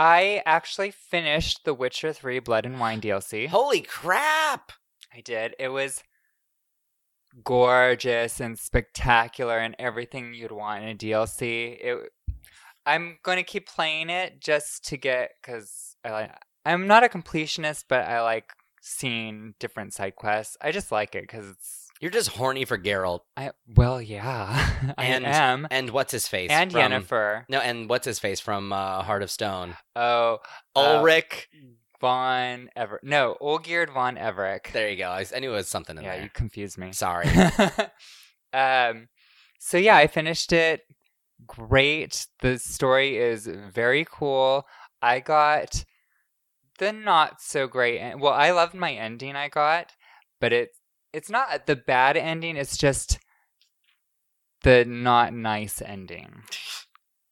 A: I actually finished The Witcher Three Blood and Wine DLC.
B: holy crap
A: I did. It was gorgeous and spectacular and everything you'd want in a DLC. It, I'm going to keep playing it just to get because I like. I'm not a completionist, but I like seeing different side quests. I just like it because it's.
B: you're just horny for Geralt
A: I well, yeah, *laughs* I
B: And-
A: am.
B: and what's his face
A: And
B: from-
A: Yennefer.
B: no and what's his face from uh heart of stone
A: Oh, Uh,
B: ulrich
A: Von Ever. No, Olgierd von Everick.
B: there you go I, I knew it was something in
A: yeah, you
B: there
A: confused me.
B: sorry *laughs*
A: *laughs* um, so yeah, I finished it. Great. The story is very cool. I got the not so great. En- well, I loved my ending I got, but it it's not the bad ending. It's just the not nice ending.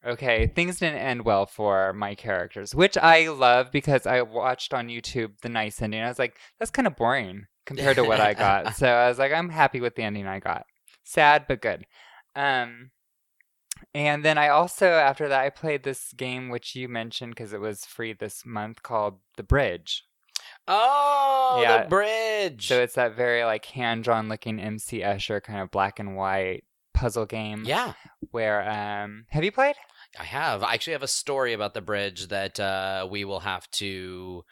A: Okay, things didn't end well for my characters, which I love because I watched on YouTube the nice ending. I was like, that's kind of boring compared to what I got. So I was like, I'm happy with the ending I got. Sad but good. Um and then I also after that I played this game which you mentioned because it was free this month called The Bridge.
B: Oh,
A: Yeah.
B: the bridge.
A: So it's that very like hand drawn looking MC Escher kind of black and white puzzle game.
B: yeah,
A: Where um have you played?
B: I have. I actually have a story about the bridge that uh, we will have to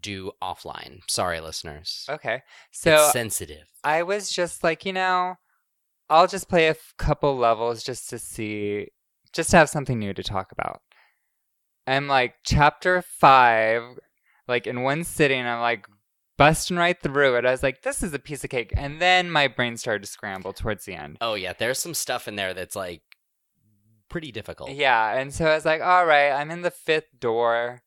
B: do offline. Sorry, listeners.
A: Okay. So
B: It's sensitive.
A: I was just like, you know, I'll just play a f- couple levels just to see, just to have something new to talk about. I'm like, chapter five, like in one sitting, I'm like busting right through it. I was like, this is a piece of cake. And then my brain started to scramble towards the end.
B: Oh yeah, there's some stuff in there that's like pretty difficult.
A: Yeah. And so I was like, all right, I'm in the fifth door.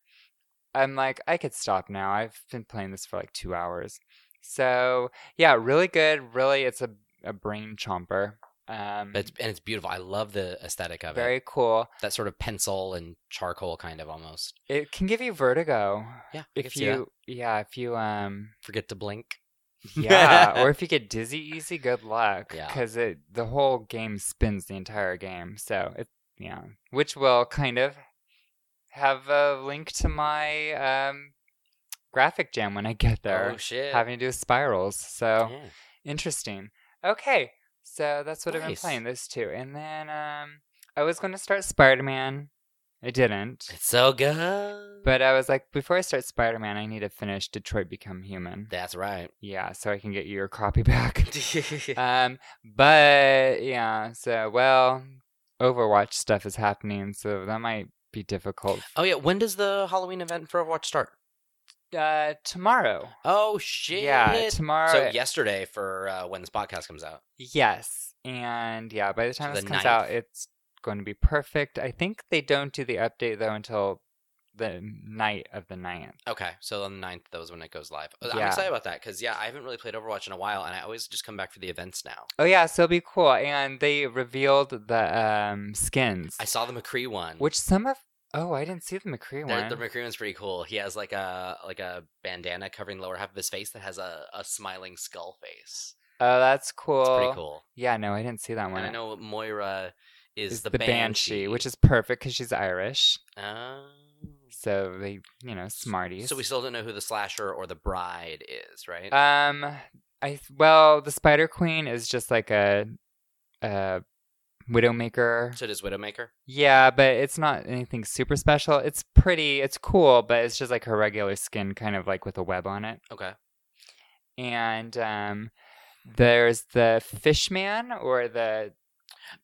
A: I'm like, I could stop now. I've been playing this for like two hours. So yeah, really good. Really, it's a, a brain chomper. Um,
B: But it's, and it's beautiful. I love the aesthetic of
A: very
B: it.
A: cool.
B: That sort of pencil and charcoal kind of almost.
A: It can give you vertigo
B: Yeah. I can
A: if
B: see that.
A: you, yeah, if you, um,
B: forget to blink.
A: yeah,
B: *laughs*
A: or if you get dizzy easy, good luck,
B: Yeah.
A: because it the whole game spins the entire game. So it, yeah, which will kind of have a link to my um graphic jam when I get there,
B: Oh shit.
A: having to do with spirals. So
B: Yeah.
A: interesting. Okay, so that's what I've been
B: Nice.
A: playing those two, and then um, I was going to start Spider Man. I didn't.
B: *laughs* It's so good.
A: But I was like, before I start Spider Man, I need to finish Detroit Become Human. *laughs*
B: that's right.
A: Yeah, so I can get your copy *laughs* back. um, but yeah, so well, Overwatch stuff is happening, so that might be difficult.
B: oh yeah, when does the Halloween event for Overwatch start?
A: Uh, tomorrow.
B: Oh shit.
A: Yeah, tomorrow.
B: so yesterday for uh, when this podcast comes out.
A: Yes, and yeah, by the time
B: So
A: this
B: the
A: comes
B: 9th.
A: out, it's going to be perfect. I think they don't do the update though until the night of the 9th.
B: Okay, so on the 9th, that was when it goes live. Uh, I'm
A: Yeah.
B: excited about that because yeah, I haven't really played Overwatch in a while, and I always just come back for the events now.
A: Oh yeah, so it'll be cool. And they revealed the um skins.
B: I saw the McCree one.
A: Which some of oh, I didn't see the McCree
B: The,
A: one.
B: the McCree one's pretty cool. He has like a like a bandana covering the lower half of his face that has a, a smiling skull face.
A: oh, that's cool.
B: It's pretty cool.
A: Yeah, no, I didn't see that one.
B: And I know Moira is,
A: It's
B: the,
A: the
B: banshee,
A: which is perfect because she's Irish.
B: Oh.
A: So they, you know, smarties.
B: so we still don't know who the slasher or the bride is, right?
A: um, I well, the Spider Queen is just like a, a Widowmaker.
B: so does Widowmaker.
A: Yeah, but it's not anything super special. It's pretty. It's cool, but it's just like her regular skin, kind of like with a web on it.
B: Okay.
A: and um, there's the fishman or the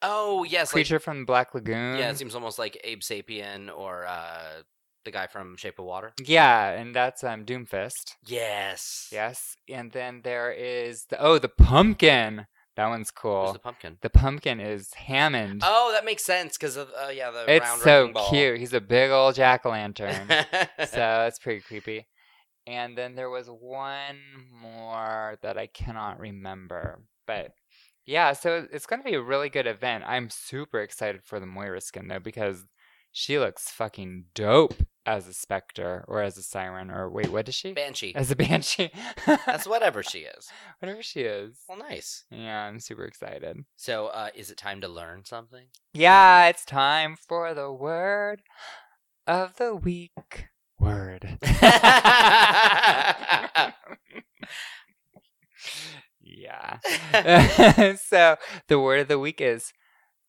B: Oh yes, like,
A: creature from the Black Lagoon.
B: yeah. It seems almost like Abe Sapien or uh, the guy from Shape of Water.
A: Yeah, and that's um, Doomfist.
B: Yes.
A: Yes, and then there is the oh the pumpkin. That one's
B: Who's
A: cool.
B: the
A: The, *laughs*
B: pumpkin?
A: pumpkin is Hammond.
B: Oh, that makes sense because of uh, yeah the
A: it's
B: round
A: so
B: wrecking ball.
A: cute. He's a big old jack o' lantern.
B: *laughs*
A: so
B: so
A: that's pretty creepy. And then there was one more that I cannot remember. But yeah, so it's going to be a really good event. I'm super excited for the Moira skin though because she looks fucking dope as a specter or as a siren or wait, what is she?
B: banshee.
A: As a *laughs* banshee. *laughs*
B: That's whatever she is.
A: Whatever she is.
B: Well, nice.
A: Yeah, I'm super excited.
B: So, uh, is it time to learn something?
A: Yeah, it's time for the word of the week. Word. *laughs* yeah. *laughs* so the word of the week is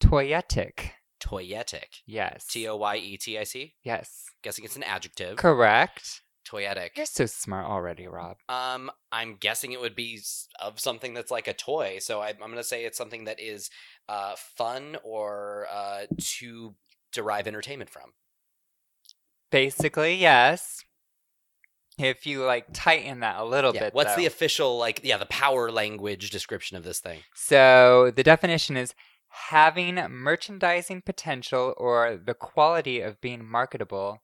A: toyetic.
B: Toyetic.
A: Yes.
B: T O Y E T I C.
A: Yes.
B: Guessing it's an adjective.
A: Correct. You're
B: Toyetic.
A: so smart already, Rob.
B: Um, I'm guessing it would be s- of something that's like a toy. So I, I'm going to say it's something that is uh, fun or uh, to derive entertainment from.
A: Basically, yes. If you like tighten that a little
B: Yeah,
A: bit.
B: What's the
A: though.
B: official like? Yeah, the power language description of this thing.
A: So the definition is having merchandising potential or the quality of being marketable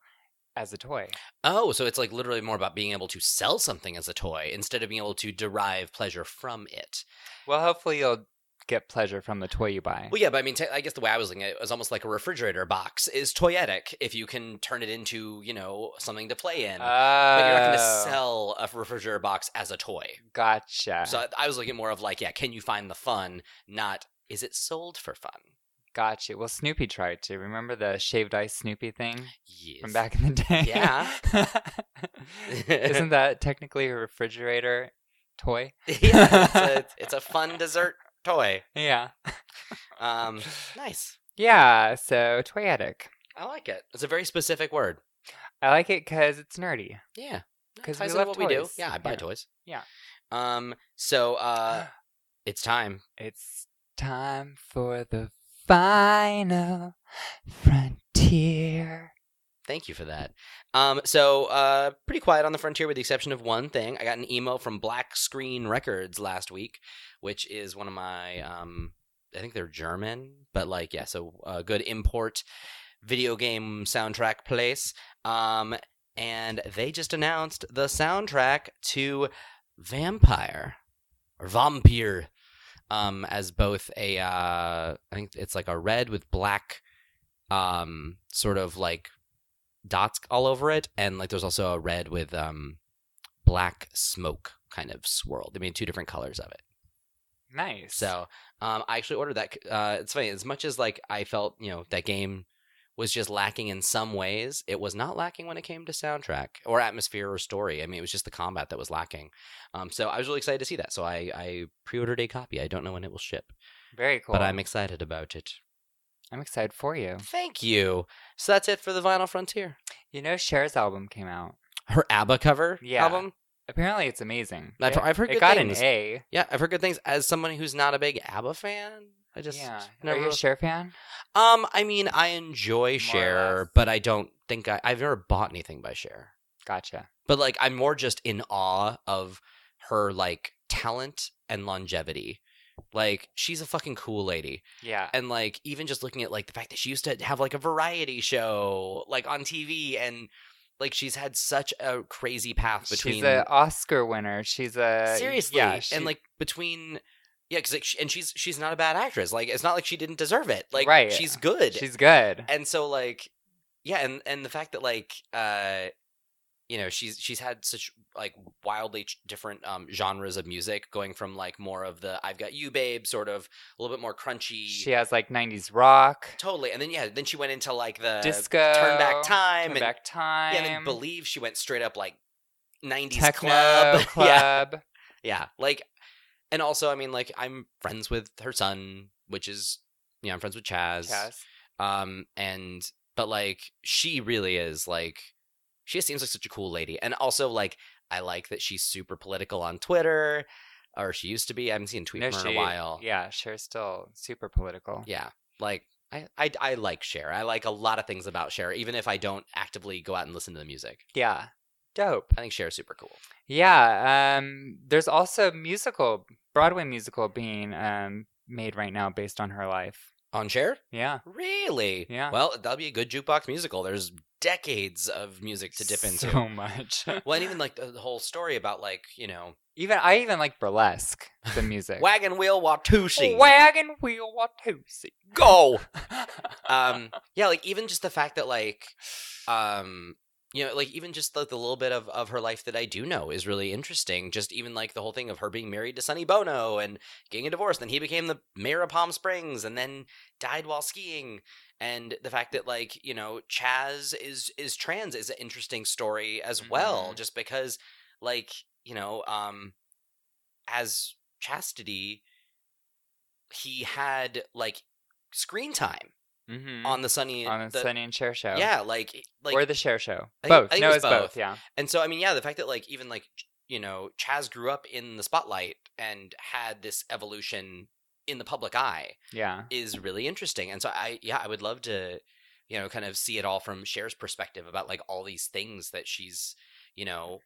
A: as a toy.
B: Oh, so it's like literally more about being able to sell something as a toy instead of being able to derive pleasure from it.
A: Well, hopefully you'll get pleasure from the toy you buy.
B: Well, yeah, but I mean, te- I guess the way I was looking at it was almost like a refrigerator box is toyetic if you can turn it into, you know, something to play in. but you're not going to
A: Oh,
B: sell a refrigerator box as a toy.
A: Gotcha.
B: So I was looking more of like, yeah, can you find the fun? Not is it sold for fun?
A: Got you. Well, Snoopy tried to. Remember the shaved ice Snoopy thing
B: Yes.
A: from back in the day?
B: Yeah.
A: *laughs*
B: *laughs*
A: Isn't that technically a refrigerator toy?
B: yeah,
A: *laughs*
B: it's a, it's a fun dessert toy.
A: Yeah.
B: Um, nice.
A: Yeah, so toy attic.
B: I like it. It's a very specific word.
A: I like it because it's nerdy.
B: Yeah. That
A: 'Cause
B: ties
A: we
B: in
A: love
B: what we do.
A: toys.
B: Yeah, I buy
A: Yeah.
B: toys.
A: Yeah.
B: Um.
A: *sighs*
B: So, uh, it's time.
A: It's time for the final frontier.
B: Thank you for that. Um, so, uh, pretty quiet on the frontier with the exception of one thing. I got an email from Black Screen Records last week, which is one of my, um, I think they're German, but like, yeah, so a good import video game soundtrack place. Um, and they just announced the soundtrack to Vampire or Vampire um, as both a, uh, I think it's like a red with black, um, sort of like dots all over it, and like there's also a red with um black smoke kind of swirl. They made two different colors of it.
A: Nice.
B: So um, I actually ordered that. Uh, it's funny as much as like I felt you know that game was just lacking in some ways. It was not lacking when it came to soundtrack or atmosphere or story. I mean, it was just the combat that was lacking. Um, so I was really excited to see that. So I I pre-ordered a copy. I don't know when it will ship,
A: very cool.
B: but I'm excited about it.
A: I'm excited for you.
B: Thank you. So that's it for the Vinyl Frontier.
A: You know, Cher's album came out.
B: Her ABBA cover
A: Yeah.
B: album.
A: Apparently, it's amazing.
B: I've-
A: It-
B: I've heard
A: it
B: good
A: got
B: things.
A: an A.
B: Yeah, I've heard good things. As someone who's not a big ABBA fan, I just
A: yeah. Are
B: never.
A: you a Cher fan?
B: um, I mean, I enjoy
A: or less.
B: Cher, but I don't think I, I've never bought anything by Cher.
A: Gotcha.
B: But like, I'm more just in awe of her like talent and longevity. Like, she's a fucking cool lady,
A: Yeah.
B: and like, even just looking at like the fact that she used to have like a variety show like on TV, and like she's had such a crazy path between
A: She's an Oscar winner. She's a
B: seriously
A: Uh, Yeah, she-
B: and like between yeah because like, she- and she's she's not a bad actress like it's not like she didn't deserve it like
A: Right.
B: she's good
A: she's good.
B: and so like yeah and and the fact that like uh you know she's she's had such like wildly ch- different um genres of music going from like more of the i've got you babe sort of a little bit more crunchy
A: she has like '90s rock, uh,
B: totally and then yeah then she went into like the
A: disco,
B: turn back time
A: Turn
B: and
A: Back time,
B: yeah and then believe she went straight up like 90s
A: techno
B: club *laughs* yeah
A: club.
B: yeah, like, and also, I mean, like, I'm friends with her son, which is, you know, I'm friends with Chaz.
A: Yes.
B: Um, and but like, she really is like, she just seems like such a cool lady, and also like, I like that she's super political on Twitter, or she used to be. I haven't seen a tweet
A: No,
B: from her
A: she-
B: in a while.
A: Yeah, Cher's still super political.
B: Yeah, like. I, I, I like Cher. I like a lot of things about Cher, even if I don't actively go out and listen to the music.
A: Yeah. Dope.
B: I think Cher's super cool.
A: Yeah. Um, there's also musical Broadway musical being um, made right now based on her life.
B: On Cher?
A: Yeah.
B: Really?
A: Yeah.
B: Well, that'll be a good jukebox musical. There's decades of music to dip into.
A: so *laughs*
B: *laughs*
A: much.
B: well, and even like the, the whole story about like you know
A: even I even like burlesque
B: *laughs*
A: the music.
B: wagon wheel Watusi.
A: Wagon wheel
B: *laughs*
A: Watusi.
B: Go. Um. Yeah. Like even just the fact that like, um. You know, like even just like the little bit of, of her life that I do know is really interesting. Just even like the whole thing of her being married to Sonny Bono and getting a divorce. Then he became the mayor of Palm Springs and then died while skiing. And the fact that like, you know, Chaz is is trans is an interesting story as well.
A: Mhm.
B: Just because like, you know, um as chastity, he had like screen time
A: Mhm.
B: on the Sunny
A: on the,
B: the-
A: Sunny and Cher show.
B: Yeah, like e, like
A: or the Cher show.
B: I think-
A: both.
B: I think it
A: no,
B: was
A: it's both.
B: both.
A: Yeah.
B: And so, I mean, yeah, the fact that like even like ch- you know Chaz grew up in the spotlight and had this evolution in the public eye
A: Yeah.
B: is really interesting. And so, I yeah, I would love to you know kind of see it all from Cher's perspective about like all these things that she's you know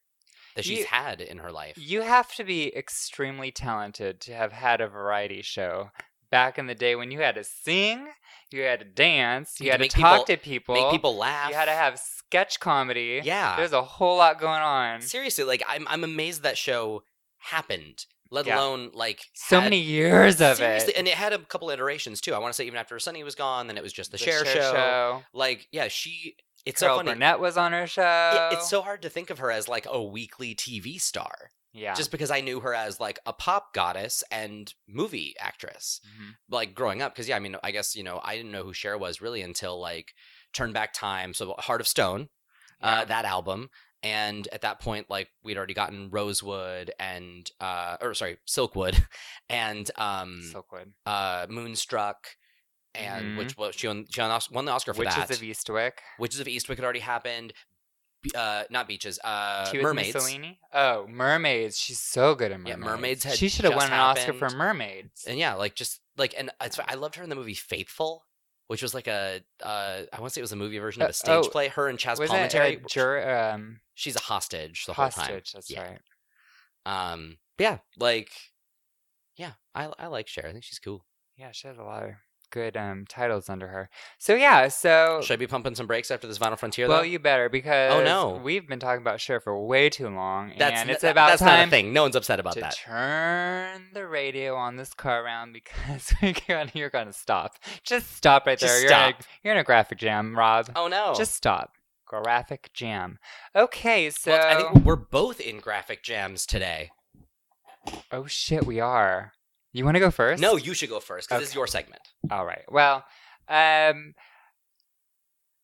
B: that she's
A: You-
B: had in her life.
A: You have to be extremely talented to have had a variety show back in the day when you had to sing, you had to dance, you,
B: You had
A: had
B: to
A: to
B: make
A: talk to
B: people-
A: people,
B: Make people laugh.
A: you had to have sketch comedy.
B: yeah.
A: There's a whole lot going on.
B: Seriously, like I'm I'm amazed that show happened. Let
A: Yeah.
B: alone like
A: So
B: had-
A: many years of
B: uh, Seriously,
A: it.
B: and it had a couple iterations too. I want to say even after Sunny was gone, then it was just the,
A: The
B: Cher,
A: Cher
B: show.
A: show.
B: Like, yeah, she. It's
A: Carol
B: so funny.
A: Burnett was on her show.
B: It- it's so hard to think of her as like a weekly TV star.
A: Yeah.
B: just because I knew her as like a pop goddess and movie actress,
A: Mhm.
B: like growing up. Because yeah, I mean, I guess you know, I didn't know who Cher was really until like Turn Back Time, so Heart of Stone, uh,
A: Yeah.
B: that album. And at that point, like we'd already gotten Rosewood and uh, or sorry, Silkwood, *laughs* and um,
A: Silkwood.
B: uh, Moonstruck, and
A: Mhm.
B: which was she won, she won, Os- won the Oscar for
A: Witches
B: that.
A: of E Eastwick.
B: Witches of Eastwick had already happened. Be- Uh, not beaches. Uh,
A: She was
B: mermaids.
A: Mussolini. Oh, mermaids. She's so good at
B: Yeah,
A: mermaids.
B: Mermaids had
A: she should have
B: just
A: won an Oscar
B: happened.
A: for mermaids.
B: and yeah, like just like and it's, I loved her in the movie Faithful, which was like a uh, I want to say it was a movie version of
A: Uh,
B: a stage
A: oh,
B: play. Her and Chaz
A: was
B: Palminteri.
A: it a jur- um,
B: She's a hostage the
A: hostage?
B: whole
A: That's
B: Yeah.
A: right.
B: time. Um, but yeah, like yeah, I I like Cher. I think she's cool.
A: Yeah, she has a lot of good um, titles under her. So yeah, so
B: Should I be pumping some brakes after this Vinyl Frontier?
A: Oh. well,
B: though?
A: you better because
B: no.
A: we've been talking about Cher for way too long,
B: that's
A: and
B: n-
A: it's about
B: that's not
A: time
B: a thing. No one's upset about
A: to
B: that.
A: turn the radio on this car around because *laughs* we're gonna, you're gonna stop. Just stop right
B: Just
A: there. You're, in a, you're in a graphic jam, Rob.
B: Oh no,
A: Just stop. Graphic jam. Okay, so
B: Well, I think we're both in graphic jams today.
A: oh shit, we are. You want to go first?
B: No, you should go first because this is
A: Okay.
B: your segment.
A: All right. Well, um,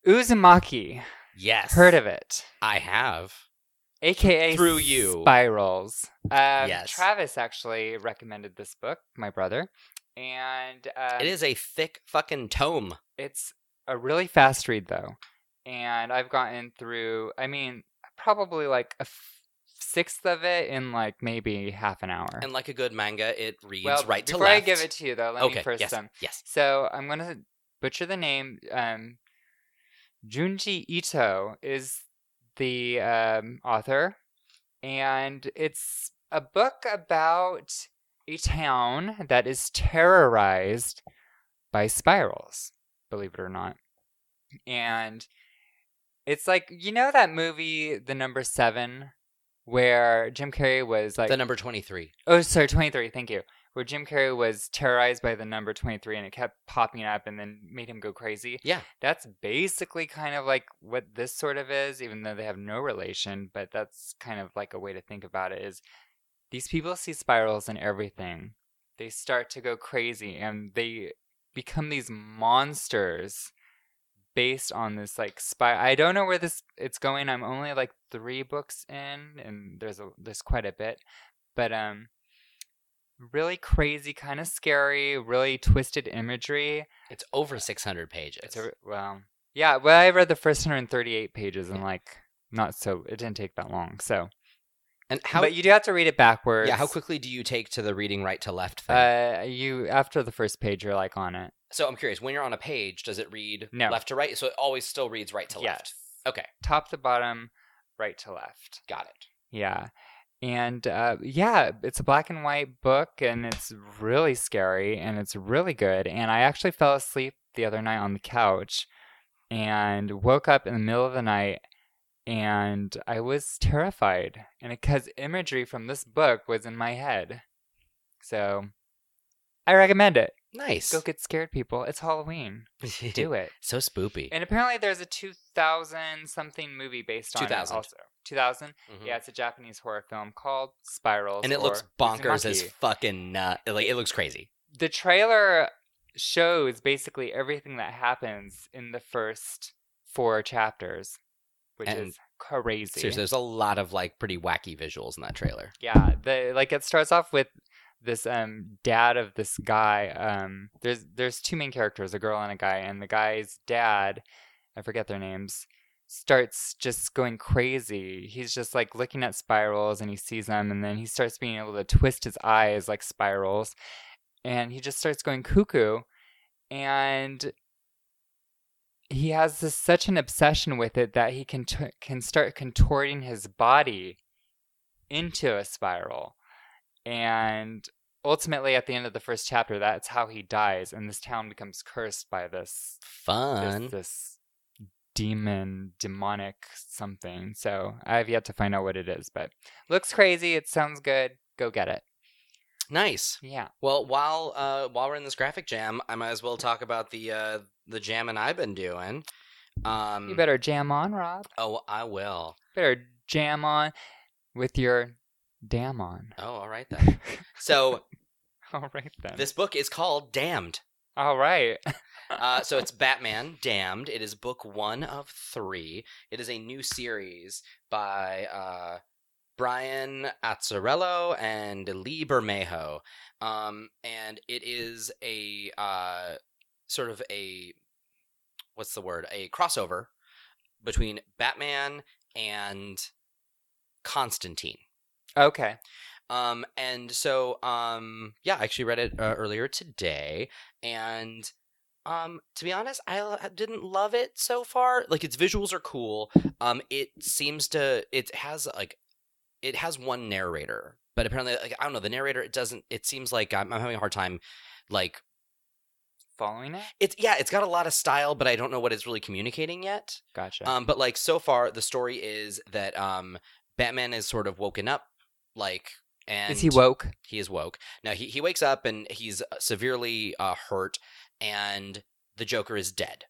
A: Uzumaki.
B: Yes,
A: Heard of it?
B: I have.
A: AKA
B: Through you.
A: Spirals. Um,
B: Yes.
A: Travis actually recommended this book, my brother, and um,
B: it is a thick fucking tome.
A: it's a really fast read though and i've gotten through i mean probably like a f- sixth of it in like maybe half an hour
B: And like a good manga, it reads
A: well
B: right to
A: before
B: left.
A: i give it to you though let
B: okay,
A: me first
B: yes,
A: um
B: yes.
A: so i'm gonna butcher the name um junji ito is the um author and it's a book about a town that is terrorized by spirals, believe it or not. And it's like, you know that movie, The Number Seven, where Jim Carrey was like,
B: the number 23.
A: oh, sorry, 23, thank you, where Jim Carrey was terrorized by the number 23 and it kept popping up and then made him go crazy.
B: Yeah.
A: That's basically kind of like what this sort of is, even though they have no relation, but that's kind of like a way to think about it is these people see spirals in everything. They start to go crazy and they become these monsters based on this like spy I don't know where this it's going. I'm only like 3 books in and there's a there's quite a bit. But um really crazy, kind of scary, really twisted imagery.
B: It's over 600 pages.
A: It's a, well, yeah. Well, I read the first 138 pages and like not so it didn't take that long. So,
B: and how
A: but you do have to read it backwards.
B: Yeah, how quickly do you take to the reading right to left thing?
A: Uh, you after the first page, you're like on it.
B: so I'm curious, when you're on a page, does it read
A: No.
B: left to right? So it always still reads right to left. Okay.
A: Top to bottom, right to left.
B: Got it.
A: Yeah. And uh, yeah, it's a black and white book, and it's really scary, and it's really good. And I actually fell asleep the other night on the couch, and woke up in the middle of the night, and I was terrified, and because imagery from this book was in my head, so I recommend it.
B: Nice.
A: Go get scared, people! It's Halloween. Do it.
B: *laughs* so spoopy.
A: And apparently, there's a 2000 something movie based on it
B: 2000.
A: also. 2000.
B: Mhm.
A: Yeah, it's a Japanese horror film called Spirals.
B: And it looks
A: or
B: bonkers as
A: Uzumaki.
B: fucking nut. Like it looks crazy.
A: the trailer shows basically everything that happens in the first four chapters, which
B: And-
A: is crazy.
B: Seriously, there's a lot of like pretty wacky visuals in that trailer.
A: Yeah, the like it starts off with this um dad of this guy. Um there's there's two main characters, a girl and a guy, and the guy's dad, I forget their names, starts just going crazy. He's just like looking at spirals and he sees them and then he starts being able to twist his eyes like spirals and he just starts going cuckoo and he has this, such an obsession with it that he can t- can start contorting his body into a spiral and ultimately at the end of the first chapter that's how he dies and this town becomes cursed by this
B: Fun.
A: this, this demon demonic something so i've yet to find out what it is but looks crazy it sounds good go get it
B: Nice.
A: yeah
B: Well, while uh, while we're in this graphic jam, I might as well talk about the uh, the jam and I've been doing. Um,
A: you better jam on rob
B: Oh, I will.
A: better jam on with your Damn on. *laughs*
B: Oh, all right then. So
A: All right then.
B: this book is called Damned.
A: All right.
B: Uh, so it's Batman Damned. It is book one of three. It is a new series by uh, Brian Azzarello and Lee Bermejo. Um, and it is a uh, sort of a what's the word? A crossover between Batman and Constantine.
A: Okay.
B: Um, and so, um, yeah, I actually read it uh, earlier today, and um, to be honest, I l- didn't love it so far. Like its visuals are cool. Um, it seems to it has like it has one narrator, but apparently, like I don't know, the narrator it doesn't. It seems like I'm, I'm having a hard time, like
A: Following it?
B: it's yeah, it's got a lot of style, but I don't know what it's really communicating yet.
A: Gotcha.
B: Um, but like so far, the story is that um, Batman is sort of woken up, like. And
A: Is he woke?
B: he is woke. Now he, he wakes up and he's severely uh, hurt, and the Joker is dead.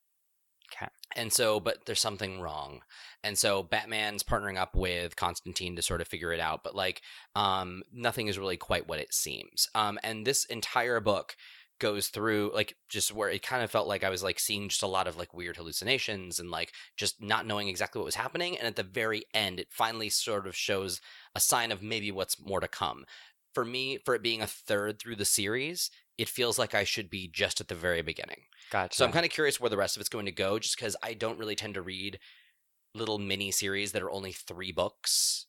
A: Okay.
B: And so, but there's something wrong, and so Batman's partnering up with Constantine to sort of figure it out. But like, um, nothing is really quite what it seems. Um, and this entire book goes through like just where it kind of felt like I was like seeing just a lot of like weird hallucinations and like just not knowing exactly what was happening. And at the very end, it finally sort of shows a sign of maybe what's more to come for me, for it being a third through the series, it feels like I should be just at the very beginning.
A: Gotcha.
B: So I'm kind of curious where the rest of it's going to go, just because I don't really tend to read little mini series that are only three books.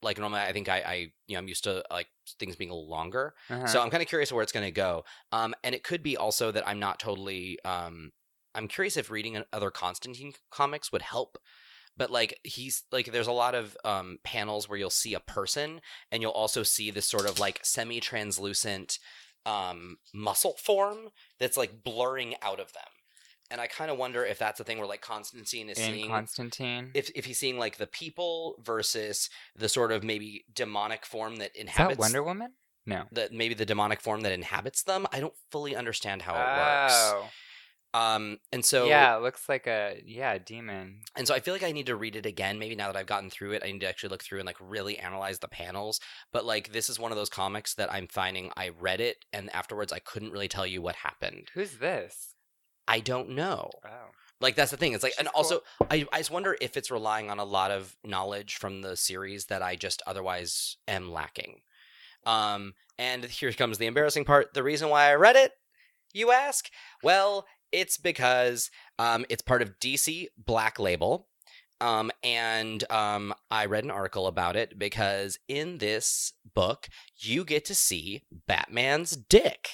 B: Like normally, I think I, I you know, I'm used to like things being a little longer.
A: Uh-huh.
B: So I'm kind of curious where it's going to go. Um, and it could be also that I'm not totally. Um, I'm curious if reading an- other Constantine comics would help. But like he's like, there's a lot of um, panels where you'll see a person, and you'll also see this sort of like semi-translucent um, muscle form that's like blurring out of them. And I kind of wonder if that's the thing where like Constantine is
A: in
B: seeing
A: Constantine.
B: if if he's seeing like the people versus the sort of maybe demonic form
A: Is
B: that
A: that
B: inhabits
A: Wonder Woman? No.
B: that maybe the demonic form that inhabits them. I don't fully understand how it works.
A: oh.
B: Um, and so
A: yeah, it looks like a yeah a demon.
B: and so I feel like I need to read it again. Maybe now that I've gotten through it, I need to actually look through and like really analyze the panels. But like this is one of those comics that I'm finding I read it and afterwards I couldn't really tell you what happened.
A: Who's this?
B: I don't know.
A: Oh,
B: Like that's the thing. It's like and
A: She's
B: also I, I just wonder if it's relying on a lot of knowledge from the series that I just otherwise am lacking. Um and here comes the embarrassing part. The reason why I read it, you ask? Well, it's because um it's part of DC Black Label. Um and um I read an article about it because in this book you get to see Batman's dick.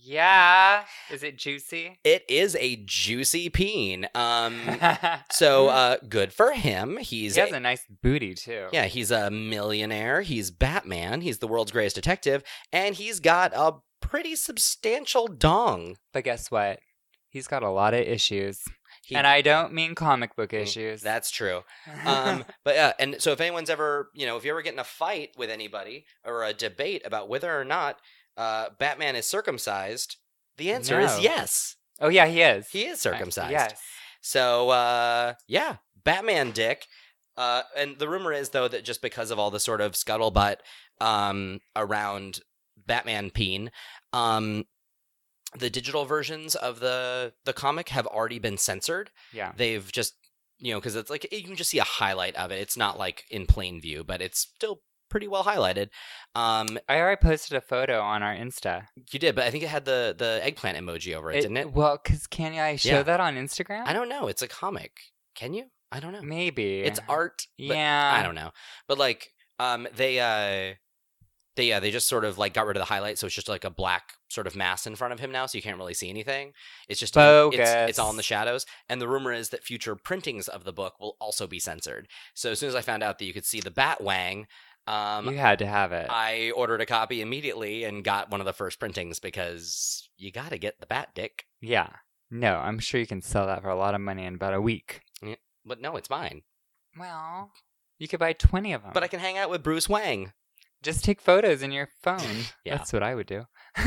A: yeah. Is it juicy?
B: It is a juicy peen.
A: *laughs*
B: Um So uh, good for him. He's
A: Mm-hmm. he has a nice booty too.
B: yeah, he's a millionaire. He's Batman. He's the world's greatest detective, and he's got a pretty substantial dong.
A: But guess what? He's got a lot of issues,
B: He,
A: and I don't mean comic book
B: Mm,
A: issues. *laughs*
B: that's true. Um, but yeah, and so if anyone's ever, you know, if you ever get in a fight with anybody or a debate about whether or not uh, Batman is circumcised, the answer is
A: No.
B: yes.
A: oh yeah, he is.
B: He is
A: Uh,
B: circumcised.
A: Yes.
B: So uh, yeah, Batman Dick. Uh, and the rumor is though that just because of all the sort of scuttlebutt um, around Batman Peen, um, the digital versions of the the comic have already been censored.
A: Yeah.
B: They've just you know because it's like you can just see a highlight of it. It's not like in plain view, but it's still pretty well highlighted. Um,
A: I already posted a photo on our Insta.
B: you did, but I think it had the the eggplant emoji over it, didn't it?
A: Well, because can I show
B: Yeah.
A: that on Instagram?
B: I don't know. It's a comic. Can you? I don't know.
A: Maybe
B: It's art. but
A: yeah.
B: I don't know. But like um they uh they yeah, they just sort of like got rid of the highlight, so it's just like a black sort of mass in front of him now, so you can't really see anything. It's just It's, it's all in the
A: Bogus.
B: shadows. And the rumor is that future printings of the book will also be censored. So as soon as I found out that you could see the Bat Wang, um
A: you had to have it.
B: I ordered a copy immediately and got one of the first printings because you gotta get the bat dick.
A: yeah. No, I'm sure you can sell that for a lot of money in about a week.
B: But no, it's mine.
A: Well, you could buy 20 of them.
B: But I can hang out with Bruce Wang.
A: just take photos in your phone.
B: *laughs* Yeah.
A: That's what I would do. *laughs*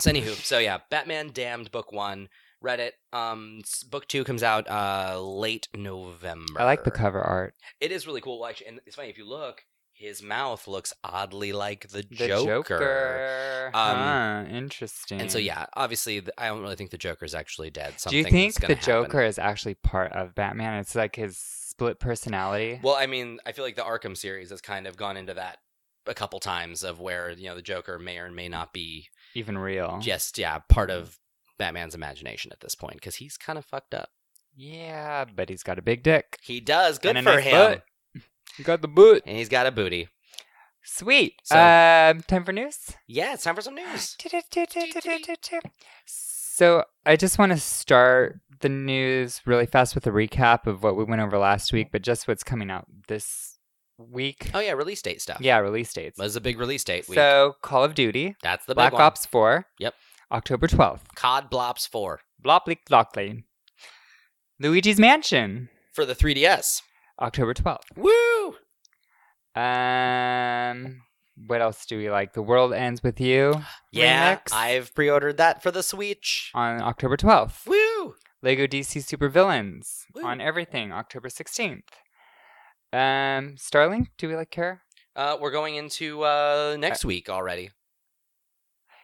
B: So anywho, so yeah, Batman Damned book one. Read it. Um, s- book two comes out uh late November.
A: I like the cover art.
B: It is really cool. Well, actually, and it's funny if you look, His mouth looks oddly like the,
A: The
B: Joker.
A: Joker.
B: Um,
A: Huh, interesting.
B: And so, yeah, obviously, th- I don't really think the Joker's actually dead.
A: Do you
B: Something's
A: think
B: gonna
A: the
B: happen.
A: Joker is actually part of Batman? It's like his split personality.
B: Well, I mean, I feel like the Arkham series has kind of gone into that a couple times of where you know the Joker may or may not be
A: Even real.
B: just yeah part of Batman's imagination at this point because he's kind of fucked up.
A: Yeah, but he's got a big dick.
B: He does good
A: And a
B: for
A: nice
B: him,
A: butt. He got the boot.
B: and he's got a booty.
A: Sweet.
B: So-
A: Um, time for news.
B: Yeah, it's time for some news.
A: So I just want to start the news really fast with a recap of what we went over last week, but just what's coming out this week.
B: Oh yeah, release date stuff.
A: Yeah, release dates.
B: was a big release date week.
A: So Call of Duty,
B: That's the big
A: Black
B: one.
A: Ops 4.
B: Yep.
A: October 12th.
B: COD Blops Four
A: Blopley Blockley. Luigi's Mansion,
B: for the 3DS.
A: October 12th.
B: Woo!
A: Um, what else do we like? The World Ends With
B: *gasps*
A: You.
B: Yeah,
A: remix
B: I've pre-ordered that for the Switch.
A: on October 12th.
B: Woo!
A: Lego DC Supervillains
B: Woo.
A: on everything, October 16th. Um, Starling, do we like care?
B: Uh, we're going into uh, next week already.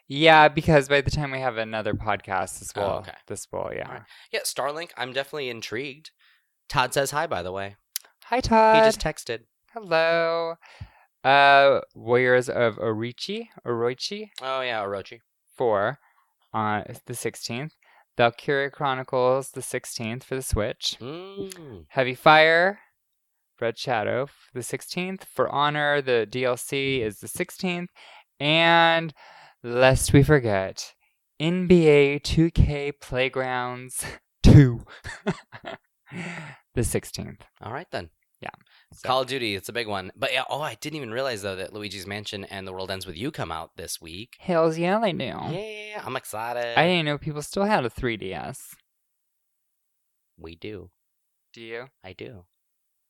A: Yeah, because by the time we have another podcast, this
B: Oh,
A: will,
B: okay.
A: this will, yeah.
B: Alright. Yeah, Starlink. I'm definitely intrigued. Todd says hi, by the way.
A: Hi, Todd.
B: He just texted.
A: Hello. Uh, Warriors of Orochi, Orochi
B: Oh yeah, Orochi.
A: 4 on the 16th. Valkyria Chronicles, the 16th for the Switch.
B: Mm.
A: Heavy Fire, Red Shadow, f- the 16th. For Honor, the DLC is the 16th. And lest we forget, NBA 2K Playgrounds *laughs* 2, the 16th.
B: All right then.
A: Yeah.
B: Call of Duty. It's a big one. But yeah. Oh, I didn't even realize though that Luigi's Mansion and The World Ends with You come out this week.
A: Hells yeah, they do.
B: Yeah, I'm excited.
A: Oh. I didn't know people still had a 3DS.
B: we do.
A: Do you?
B: I do.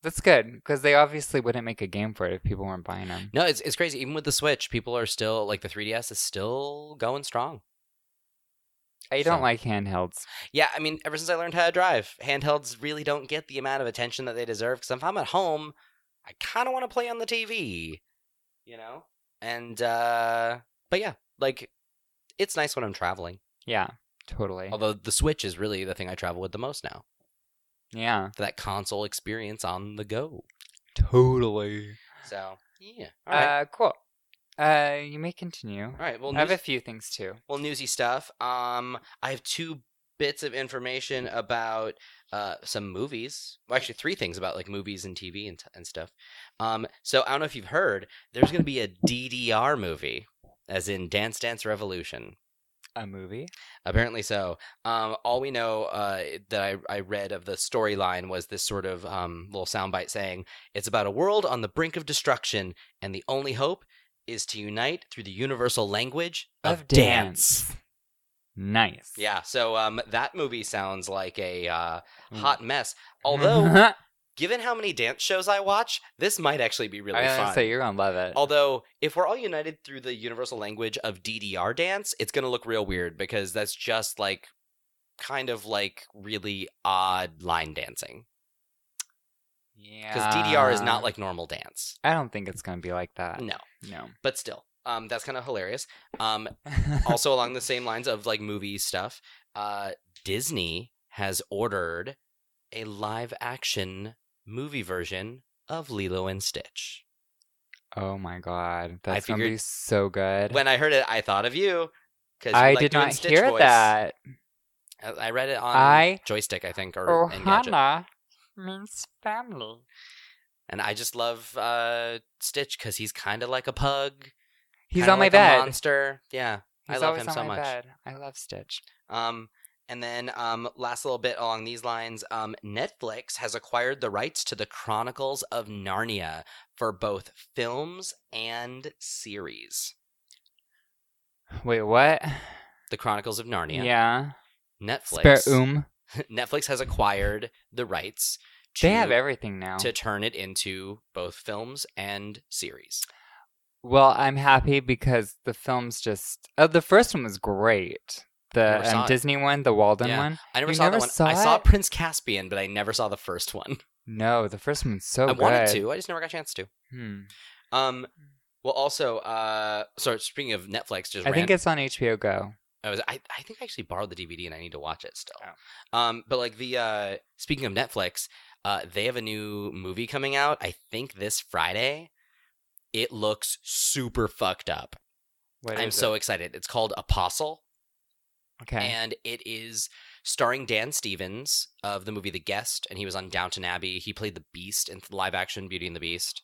A: That's good because they obviously wouldn't make a game for it if people weren't buying them.
B: No, it's it's crazy. Even with the Switch, people are still like the 3DS is still going strong.
A: I don't
B: So-
A: like handhelds.
B: Yeah, I mean, ever since I learned how to drive, handhelds really don't get the amount of attention that they deserve. Because if I'm at home, I kind of want to play on the TV, you know. And uh but yeah, like it's nice when I'm traveling.
A: Yeah, totally.
B: Although the Switch is really the thing I travel with the most now.
A: Yeah,
B: For that console experience on the go.
A: totally.
B: So yeah, all right,
A: Uh, cool. Uh, you may continue.
B: all right. Well,
A: I have
B: news-
A: a few things too.
B: well, newsy stuff. Um, I have two bits of information about uh some movies. Well, actually, three things about like movies and TV and, t- and stuff. Um, so I don't know if you've heard. There's gonna be a DDR movie, as in Dance Dance Revolution.
A: A movie?
B: Apparently so. Um, all we know uh, that I, I read of the storyline was this sort of um, little soundbite saying, "It's about a world on the brink of destruction, and the only hope is to unite through the universal language of, dance.
A: Nice.
B: Yeah. So um, that movie sounds like a uh,
A: Mm.
B: hot mess. Although,
A: *laughs* I
B: given how many dance shows I watch, this might actually be really
A: was gonna
B: fun.
A: say *laughs* you're gonna love it.
B: Although, if we're all united through the universal language of DDR dance, it's going to look real weird because that's just like kind of like really odd line dancing.
A: yeah.
B: Because DDR is not like Mm. normal dance.
A: I don't think it's gonna be like that.
B: No,
A: No.
B: but still. Um, that's kind of hilarious. Um, also, along the same lines of like movie stuff, uh, Disney has ordered a live action movie version of Lilo and Stitch.
A: *laughs* oh my god, that's gonna
B: figured-
A: be so good.
B: When I heard it, I thought of you. 'cause you
A: I
B: like
A: did
B: doing
A: not
B: Stitch
A: hear
B: voice.
A: that.
B: I I read it on
A: I- Oh,
B: joystick, I think, or Engadget.
A: Ohana means family.
B: And I just love uh, Stitch because he's kind of like a pug.
A: He's
B: kinda
A: on my
B: like a
A: bed.
B: monster. Yeah, I
A: He's
B: love
A: always
B: him
A: on
B: so
A: my
B: much.
A: bed. I love Stitch.
B: Um, and then um, last little bit along these lines, um, Netflix has acquired the rights to the Chronicles of Narnia for both films and series.
A: Wait, what?
B: The Chronicles of Narnia.
A: Yeah. Spare
B: Netflix.
A: um.
B: *laughs* Netflix has acquired the rights. To,
A: They have everything now.
B: to turn it into both films and series.
A: Well, I'm happy because the film's just. Oh, the first one was great.
B: Never
A: The
B: saw
A: um,
B: it.
A: Disney one, the Walden
B: Yeah.
A: one.
B: I never
A: You
B: saw
A: never
B: that one.
A: saw
B: I saw
A: it?
B: Prince Caspian, but I never saw the first one. *laughs*
A: No, the first one's so
B: I
A: good.
B: wanted to. I just never got a chance to.
A: Hmm.
B: Um, well, also, uh, sorry, speaking of Netflix, just
A: I think
B: ran-
A: it's on HBO Go.
B: I was I, I think I actually borrowed the DVD and I need to watch it still.
A: Oh.
B: Um, but like the uh, speaking of Netflix, uh, they have a new movie coming out. I think this Friday. It looks super fucked up.
A: What
B: I'm
A: is
B: so
A: it?
B: excited. It's called Apostle,
A: okay.
B: and it is starring Dan Stevens of the movie The Guest, and he was on Downton Abbey. He played the Beast in live action Beauty and the Beast.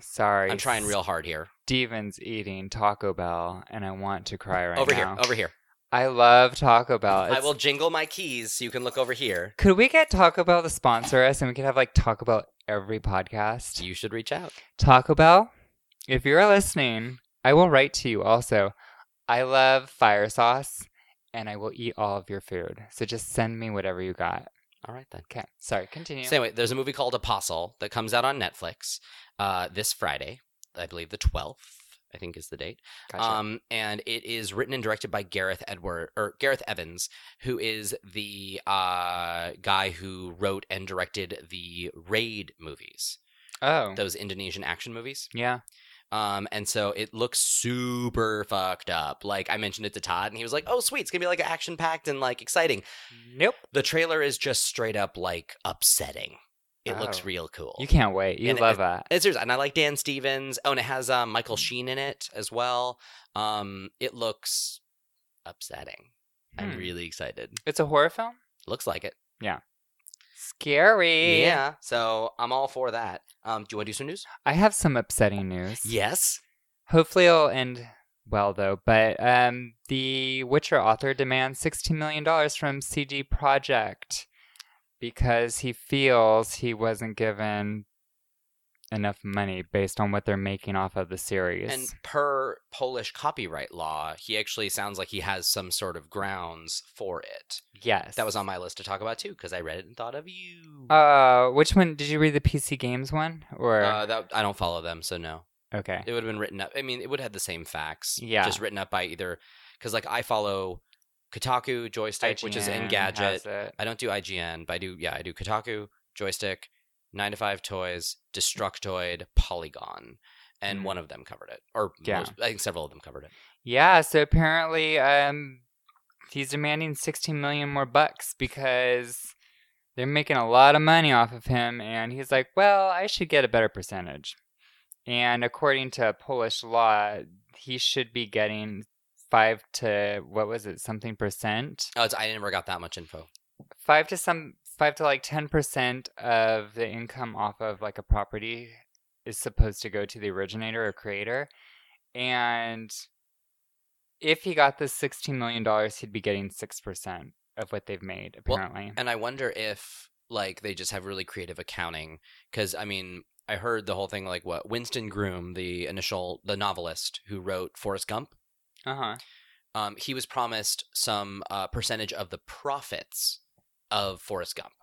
A: Sorry,
B: I'm trying real hard here.
A: Steven's eating Taco Bell, and I want to cry right
B: over
A: now.
B: here, over here.
A: I love Taco Bell.
B: I
A: It's-
B: will jingle my keys so you can look over here.
A: Could we get Taco Bell to sponsor us, and we could have like Taco Bell every podcast?
B: You should reach out.
A: Taco Bell, if you're listening, I will write to you also. I love fire sauce and I will eat all of your food. So just send me whatever you got.
B: All right then.
A: Okay. Sorry, continue.
B: So anyway, there's a movie called Apostle that comes out on Netflix uh, this Friday, I believe the 12th. I think is the date.
A: Gotcha.
B: Um, and it is written and directed by Gareth Edward or Gareth Evans, who is the uh, guy who wrote and directed the Raid movies,
A: oh.
B: those Indonesian action movies.
A: yeah.
B: Um, and so it looks super fucked up. Like I mentioned it to Todd, and he was like, "Oh, sweet, it's gonna be like action packed and like exciting."
A: Nope.
B: The trailer is just straight up like upsetting. It looks
A: Oh.
B: real cool.
A: You can't wait. You
B: And it-
A: love that.
B: It's yours. And I like Dan Stevens. Oh, and it has um, Michael Sheen in it as well. Um, it looks upsetting. I'm
A: Hmm.
B: really excited.
A: It's a horror film?
B: Looks like it.
A: Scary.
B: Yeah. So I'm all for that. Um, do you want to do some news?
A: I have some upsetting news.
B: Yes.
A: Hopefully it'll end well though, but um the Witcher author demands sixteen million dollars from CD Project because he feels he wasn't given enough money based on what they're making off of the series.
B: And per Polish copyright law, he actually sounds like he has some sort of grounds for it.
A: yes.
B: That was on my list to talk about too, because I read it and thought of you.
A: uh which one did you read the PC games one? Or
B: Uh, that, I don't follow them, so no.
A: Okay.
B: It would have been written up. I mean, it would have had the same facts.
A: Yeah.
B: Just written up by either. Because, like, I follow Kotaku, Joystick, which is
A: IGN has
B: Engadget.
A: it.
B: I don't do IGN, but I do, yeah, I do Kotaku, Joystick, 9 to 5 Toys,
A: Mm.
B: Destructoid, Polygon. And
A: Mhm.
B: one of them covered it. Or
A: Yeah.
B: most, I think several of them covered it.
A: Yeah, so apparently um he's demanding 16 million more bucks because they're making a lot of money off of him and he's like, "Well, I should get a better percentage." And according to Polish law, he should be getting 5 to what was it? something percent.
B: Oh, it's, I never got that much info.
A: 5 to some 5 to like 10% of the income off of like a property is supposed to go to the originator or creator. And if he got the $16 million, he'd be getting 6% of what they've made,
B: Well,
A: apparently.
B: And I wonder if, like, they just have really creative accounting. Because, I mean, I heard the whole thing, like, what Winston Groom, the initial, the novelist who wrote Forrest Gump.
A: Uh huh.
B: um, he was promised some uh, percentage of the profits of Forrest Gump,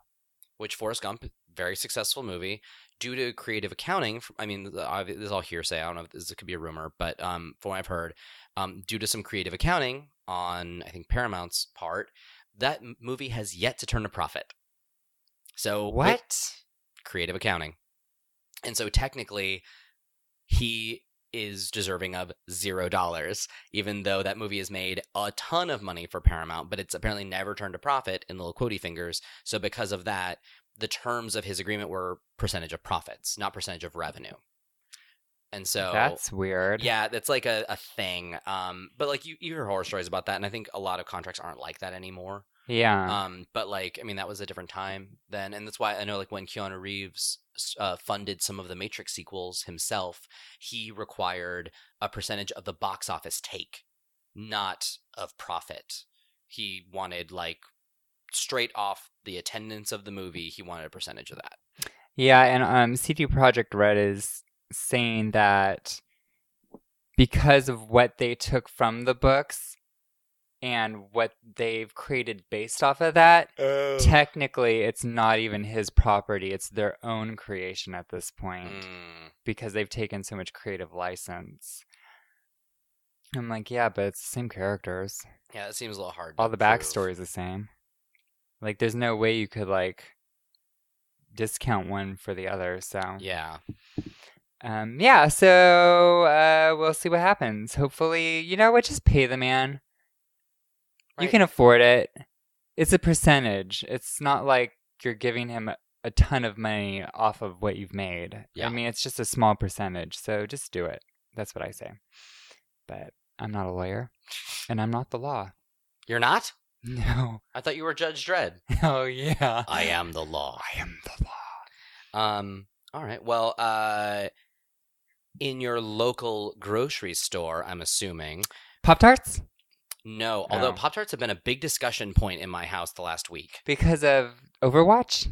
B: which Forrest Gump, very successful movie, due to creative accounting. f- I mean, the- obvi- this is all hearsay. I don't know if this could be a rumor, but um, from what I've heard, um, due to some creative accounting on I think Paramount's part, that m- movie has yet to turn a profit. So it-
A: What?
B: creative accounting, and so technically, he is deserving of zero dollars, even though that movie has made a ton of money for Paramount, but it's apparently never turned a profit in little quotey fingers. So because of that, the terms of his agreement were percentage of profits, not percentage of revenue. And so
A: That's weird.
B: yeah, that's like a, a thing. Um, but like you, you hear horror stories about that, and I think a lot of contracts aren't like that anymore.
A: Yeah.
B: Um, but like, I mean, that was a different time then, and that's why I know, like, when Keanu Reeves uh, funded some of the Matrix sequels himself, he required a percentage of the box office take, not of profit. He wanted like straight off the attendance of the movie. He wanted a percentage of that.
A: Yeah, and um, CD Project Red is saying that because of what they took from the books and what they've created based off of that, technically it's not even his property; it's their own creation at this point
B: Mm.
A: because they've taken so much creative license. I'm like, yeah, but it's the same characters.
B: Yeah, that seems a little hard. to
A: All the
B: prove.
A: backstory is the same. Like, there's no way you could like discount one for the other. So
B: Yeah.
A: Um, yeah, so uh, we'll see what happens. Hopefully, you know what? Just pay the man. You
B: Right.
A: can afford it. It's a percentage. It's not like you're giving him a- a ton of money off of what you've made. I
B: Yeah.
A: mean, it's just a small percentage. So just do it. That's what I say. But I'm not a lawyer, and I'm not the law. *laughs*
B: You're not?
A: No.
B: I thought you were Judge Dredd.
A: *laughs* Oh yeah.
B: I am the law.
A: I am the law.
B: Um, all right. Well, uh, in your local grocery store, I'm assuming.
A: Pop tarts
B: No, although
A: Oh.
B: Pop Tarts have been a big discussion point in my house the last week.
A: because of Overwatch.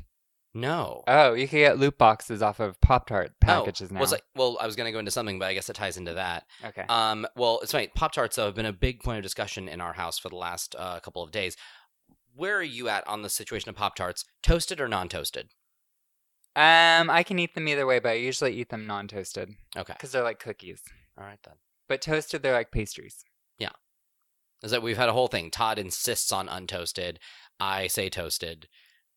B: No.
A: Oh, you can get loot boxes off of Pop Tart packages
B: oh,
A: now.
B: Was I, well, I was going to go into something, but I guess it ties into that.
A: okay.
B: Um, well, it's funny. Pop Tarts, though, have been a big point of discussion in our house for the last uh, couple of days. Where are you at on the situation of Pop Tarts? Toasted or non toasted?
A: Um, I can eat them either way, but I usually eat them non-toasted
B: Okay.
A: because they're like cookies.
B: All right, then.
A: But toasted, they're like pastries.
B: Is that we've had a whole thing. Todd insists on untoasted. I say toasted.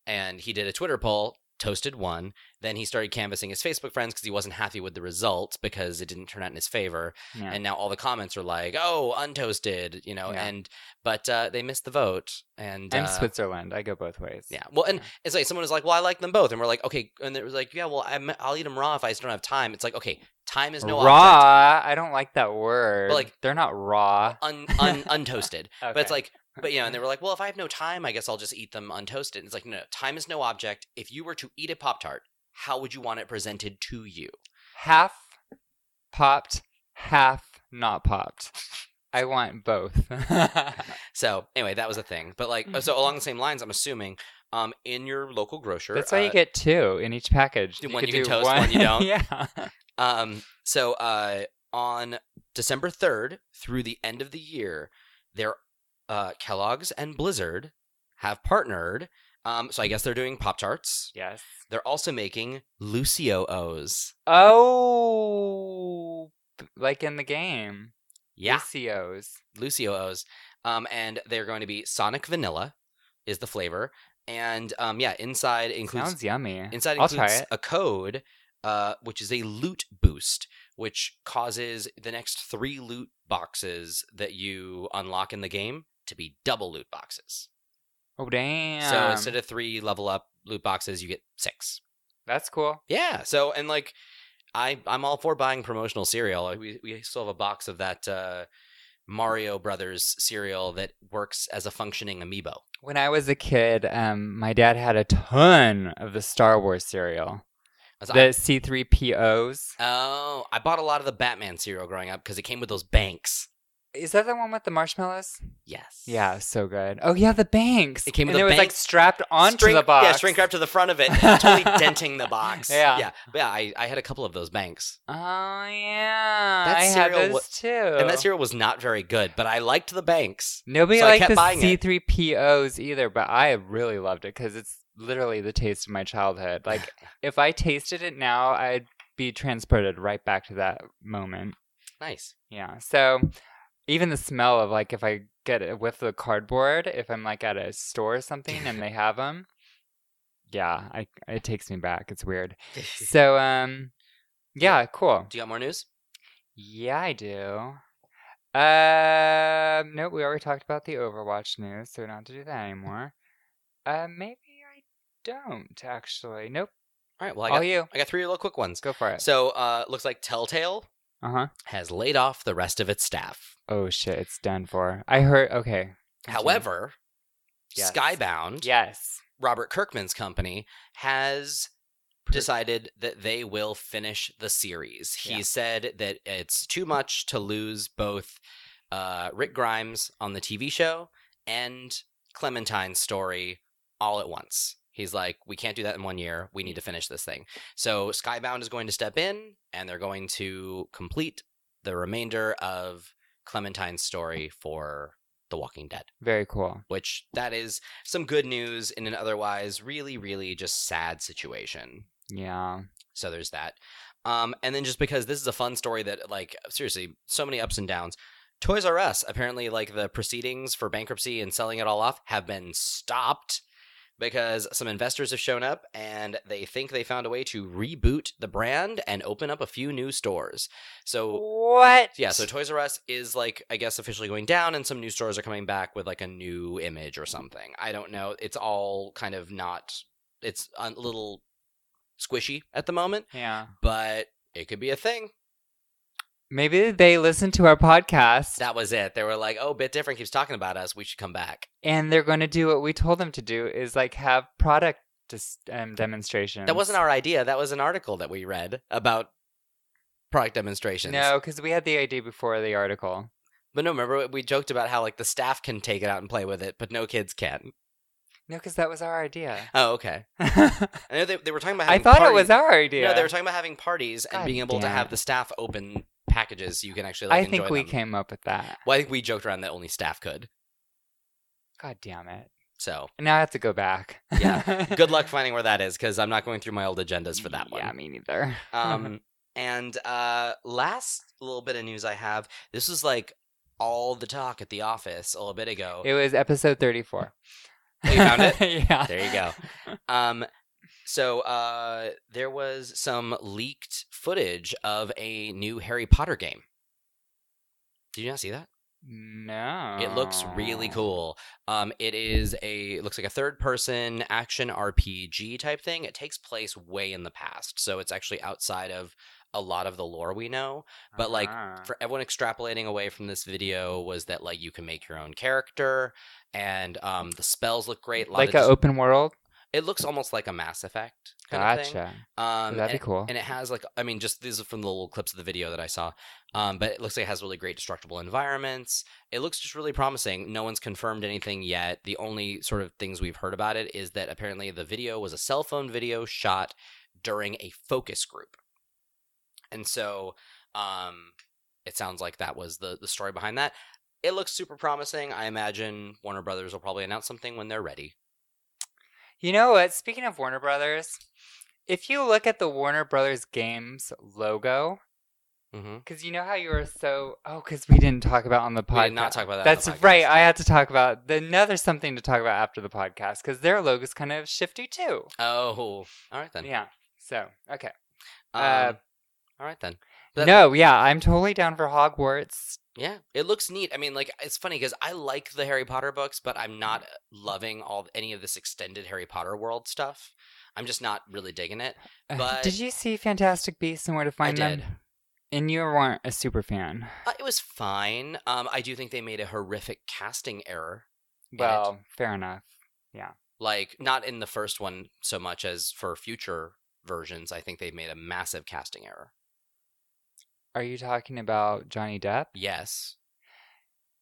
B: And he did a Twitter poll, toasted one. Then he started canvassing his Facebook friends because he wasn't happy with the results because it didn't turn out in his favor.
A: Yeah.
B: and now all the comments are like, "Oh, untoasted," you know,
A: Yeah.
B: and but uh, they missed the vote, and
A: I'm
B: uh,
A: Switzerland. I go both ways.
B: yeah, well, and
A: Yeah.
B: it's like someone was like, "Well, I like them both," and we're like, "Okay," and it was like, "Yeah, well, I'm, I'll eat them raw if I just don't have time." It's like, okay, time is no object.
A: raw. I don't like that word.
B: But, like-
A: they're not raw.
B: Un, un, untoasted, but it's
A: Okay.
B: like, but
A: *laughs*
B: you know, and they were like, "Well, if I have no time, I guess I'll just eat them untoasted." And it's like, no, no, time is no object. If you were to eat a pop tart, how would you want it presented to you?
A: half popped, half not popped. I want both. *laughs* That's
B: So anyway, that was a thing. But like, uh,
A: *laughs*
B: so along the same lines, I'm assuming, um, in your local grocer,
A: why
B: uh,
A: you get two in each package.
B: do one
A: could
B: you can
A: do
B: toast, one you don't.
A: *laughs* yeah.
B: Um, so uh, on December 3rd through the end of the year, their uh, Kellogg's and Blizzard have partnered. Um, so I guess they're doing Pop Tarts.
A: Yes.
B: They're also making Lucio O's.
A: Oh, b- like in the game.
B: Yeah,
A: Lucios.
B: Lucio O's. Um, and they're going to be Sonic Vanilla is the flavor, and um, yeah, inside includes
A: Sounds yummy.
B: Inside
A: I'll
B: includes
A: try it.
B: a code, uh, which is a loot boost, which causes the next three loot boxes that you unlock in the game to be double loot boxes.
A: Oh damn.
B: So instead of three level up loot boxes, you get six.
A: That's cool.
B: Yeah. So and like, I I'm all for buying promotional cereal. We we still have a box of that. Uh, Mario Brothers cereal that works as a functioning amiibo.
A: When I was a kid, um, my dad had a ton of the Star Wars cereal.
B: As I-
A: The C3POs.
B: oh, I bought a lot of the Batman cereal growing up because it came with those banks.
A: Is that the one with the marshmallows?
B: Yes.
A: Yeah, so good. Oh yeah, the banks.
B: It came
A: and
B: with
A: it
B: a
A: was like
B: bank-
A: strapped onto
B: Shrink-
A: the box.
B: Yeah, shrink wrap to the front of
A: *laughs*
B: it, totally denting the box.
A: Yeah.
B: yeah, But yeah. I, I had a couple of those banks,
A: Oh yeah.
B: That
A: I had
B: cereal
A: those
B: wa-
A: too.
B: and that cereal was not very good, but I liked the banks.
A: Nobody
B: So I
A: liked
B: kept
A: the
B: buying it.
A: C3POs either, but I really loved it because it's literally the taste of my
B: *sighs*
A: childhood. Like, if I tasted it now, I'd be transported right back to that moment. *laughs*
B: Nice.
A: Yeah. So, even the smell of like if I get it with the cardboard, if I'm like at a store or something
B: *laughs*
A: and they have them, yeah, I, it takes me back. It's weird. So, um, yeah, cool.
B: Do you got more news?
A: Yeah, I do. Um, nope, we already talked about the Overwatch news, so not to do that anymore. Uh, maybe I don't actually. Nope.
B: All right. Well, I
A: All
B: got,
A: you.
B: I got three little quick ones.
A: Go for it.
B: So, uh, looks like Telltale
A: Uh huh.
B: has laid off the rest of its staff.
A: Oh shit, it's done for. I heard. Okay. continue.
B: However,
A: Mm-hmm. Yes.
B: Skybound,
A: yes.
B: Robert Kirkman's company, has decided that they will finish the series. He
A: Yeah.
B: said that it's too much to lose both uh, Rick Grimes on the TV show and Clementine's story all at once. He's like, we can't do that in one year. We need to finish this thing. So Skybound is going to step in and they're going to complete the remainder of Clementine's story for The Walking Dead
A: Very cool.
B: which that is some good news in an otherwise really really just sad situation
A: Yeah.
B: so there's that um and then just because this is a fun story that like seriously so many ups and downs toys r us apparently like the proceedings for bankruptcy and selling it all off have been stopped because some investors have shown up and they think they found a way to reboot the brand and open up a few new stores. So
A: What?
B: yeah, so Toys R Us is like I guess officially going down and some new stores are coming back with like a new image or something. I don't know. It's all kind of not it's a little squishy at the moment,
A: yeah.
B: but it could be a thing.
A: Maybe they listened to our podcast
B: That was it. They were like, "Oh, bit different keeps talking about us. We should come back."
A: and they're going to do what we told them to do is like have product dis- um, demonstrations.
B: That wasn't our idea. That was an article that we read about product demonstrations.
A: No, because we had the idea before the article.
B: But no, remember we joked about how like the staff can take it out and play with it, but no kids can.
A: No, because that was our idea. Um,
B: Oh, okay.
A: I
B: *laughs* I know they, they were talking about. Having
A: thought it
B: party-
A: was our idea.
B: No, they were talking about having parties and
A: God
B: being able to
A: damn
B: have
A: it.
B: the staff open packages. so You can actually. Like,
A: I
B: enjoy
A: think we
B: them.
A: came up with that.
B: Well, I think we joked around that only staff could.
A: God damn it.
B: So
A: Now I have to go back.
B: Yeah.
A: *laughs*
B: good luck finding where that is because I'm not going through my old agendas for that one.
A: Yeah, Mm-hmm. me neither.
B: Um, and uh, last little bit of news I have. This was like all the talk at the office a little bit ago.
A: It was episode 34.
B: Oh. you found it?
A: *laughs* yeah.
B: There you go. Um, so uh, there was some leaked footage of a new Harry Potter game. Did you not see that?
A: No.
B: It looks really
A: Ah.
B: cool. Um, it is a it looks like a third person action RPG type thing. It takes place way in the past, so it's actually outside of a lot of the lore we know. but, like,
A: Uh-huh.
B: for everyone extrapolating away from this video was that like you can make your own character and um the spells look great. A lot
A: like
B: of
A: an
B: just-
A: open world?
B: it looks almost like a Mass Effect kind of thing.
A: Gotcha.
B: Um,
A: That'd be
B: and,
A: cool.
B: and it has like I mean, just these are from the little clips of the video that I saw. Um, but it looks like it has really great destructible environments. It looks just really promising. No one's confirmed anything yet. The only sort of things we've heard about it is that apparently the video was a cell phone video shot during a focus group, and so um, it sounds like that was the the story behind that. It looks super promising. I imagine Warner Brothers will probably announce something when they're ready.
A: You know what? Speaking of Warner Brothers, if you look at the Warner Brothers games logo,
B: Mm-hmm.
A: because you know how you were so oh, because we didn't talk about on the podcast.
B: We did not talk about that. on the
A: That's
B: podcast.
A: right. I had to talk about the, another something to talk about after the podcast because their logo's kind of shifty too.
B: Oh, all right then.
A: Yeah. So okay. Uh,
B: Um, all right then. That-
A: no, yeah, I'm totally down for Hogwarts. *sighs*
B: Yeah, it looks neat. I mean, like it's funny because I like the Harry Potter books, but
A: Mm-hmm.
B: I'm not uh, loving all any of this extended Harry Potter world stuff. I'm just not really digging it.
A: Uh,
B: But-
A: did you see Fantastic Beasts and Where to Find
B: I did.
A: Them? And you weren't a super fan.
B: Uh, it was fine. Um, I do think they made a horrific casting error. it-
A: Well, fair enough.
B: Like not in the first one so much as for future versions. I think they've made a massive casting error.
A: Are you talking about Johnny Depp?
B: Yes.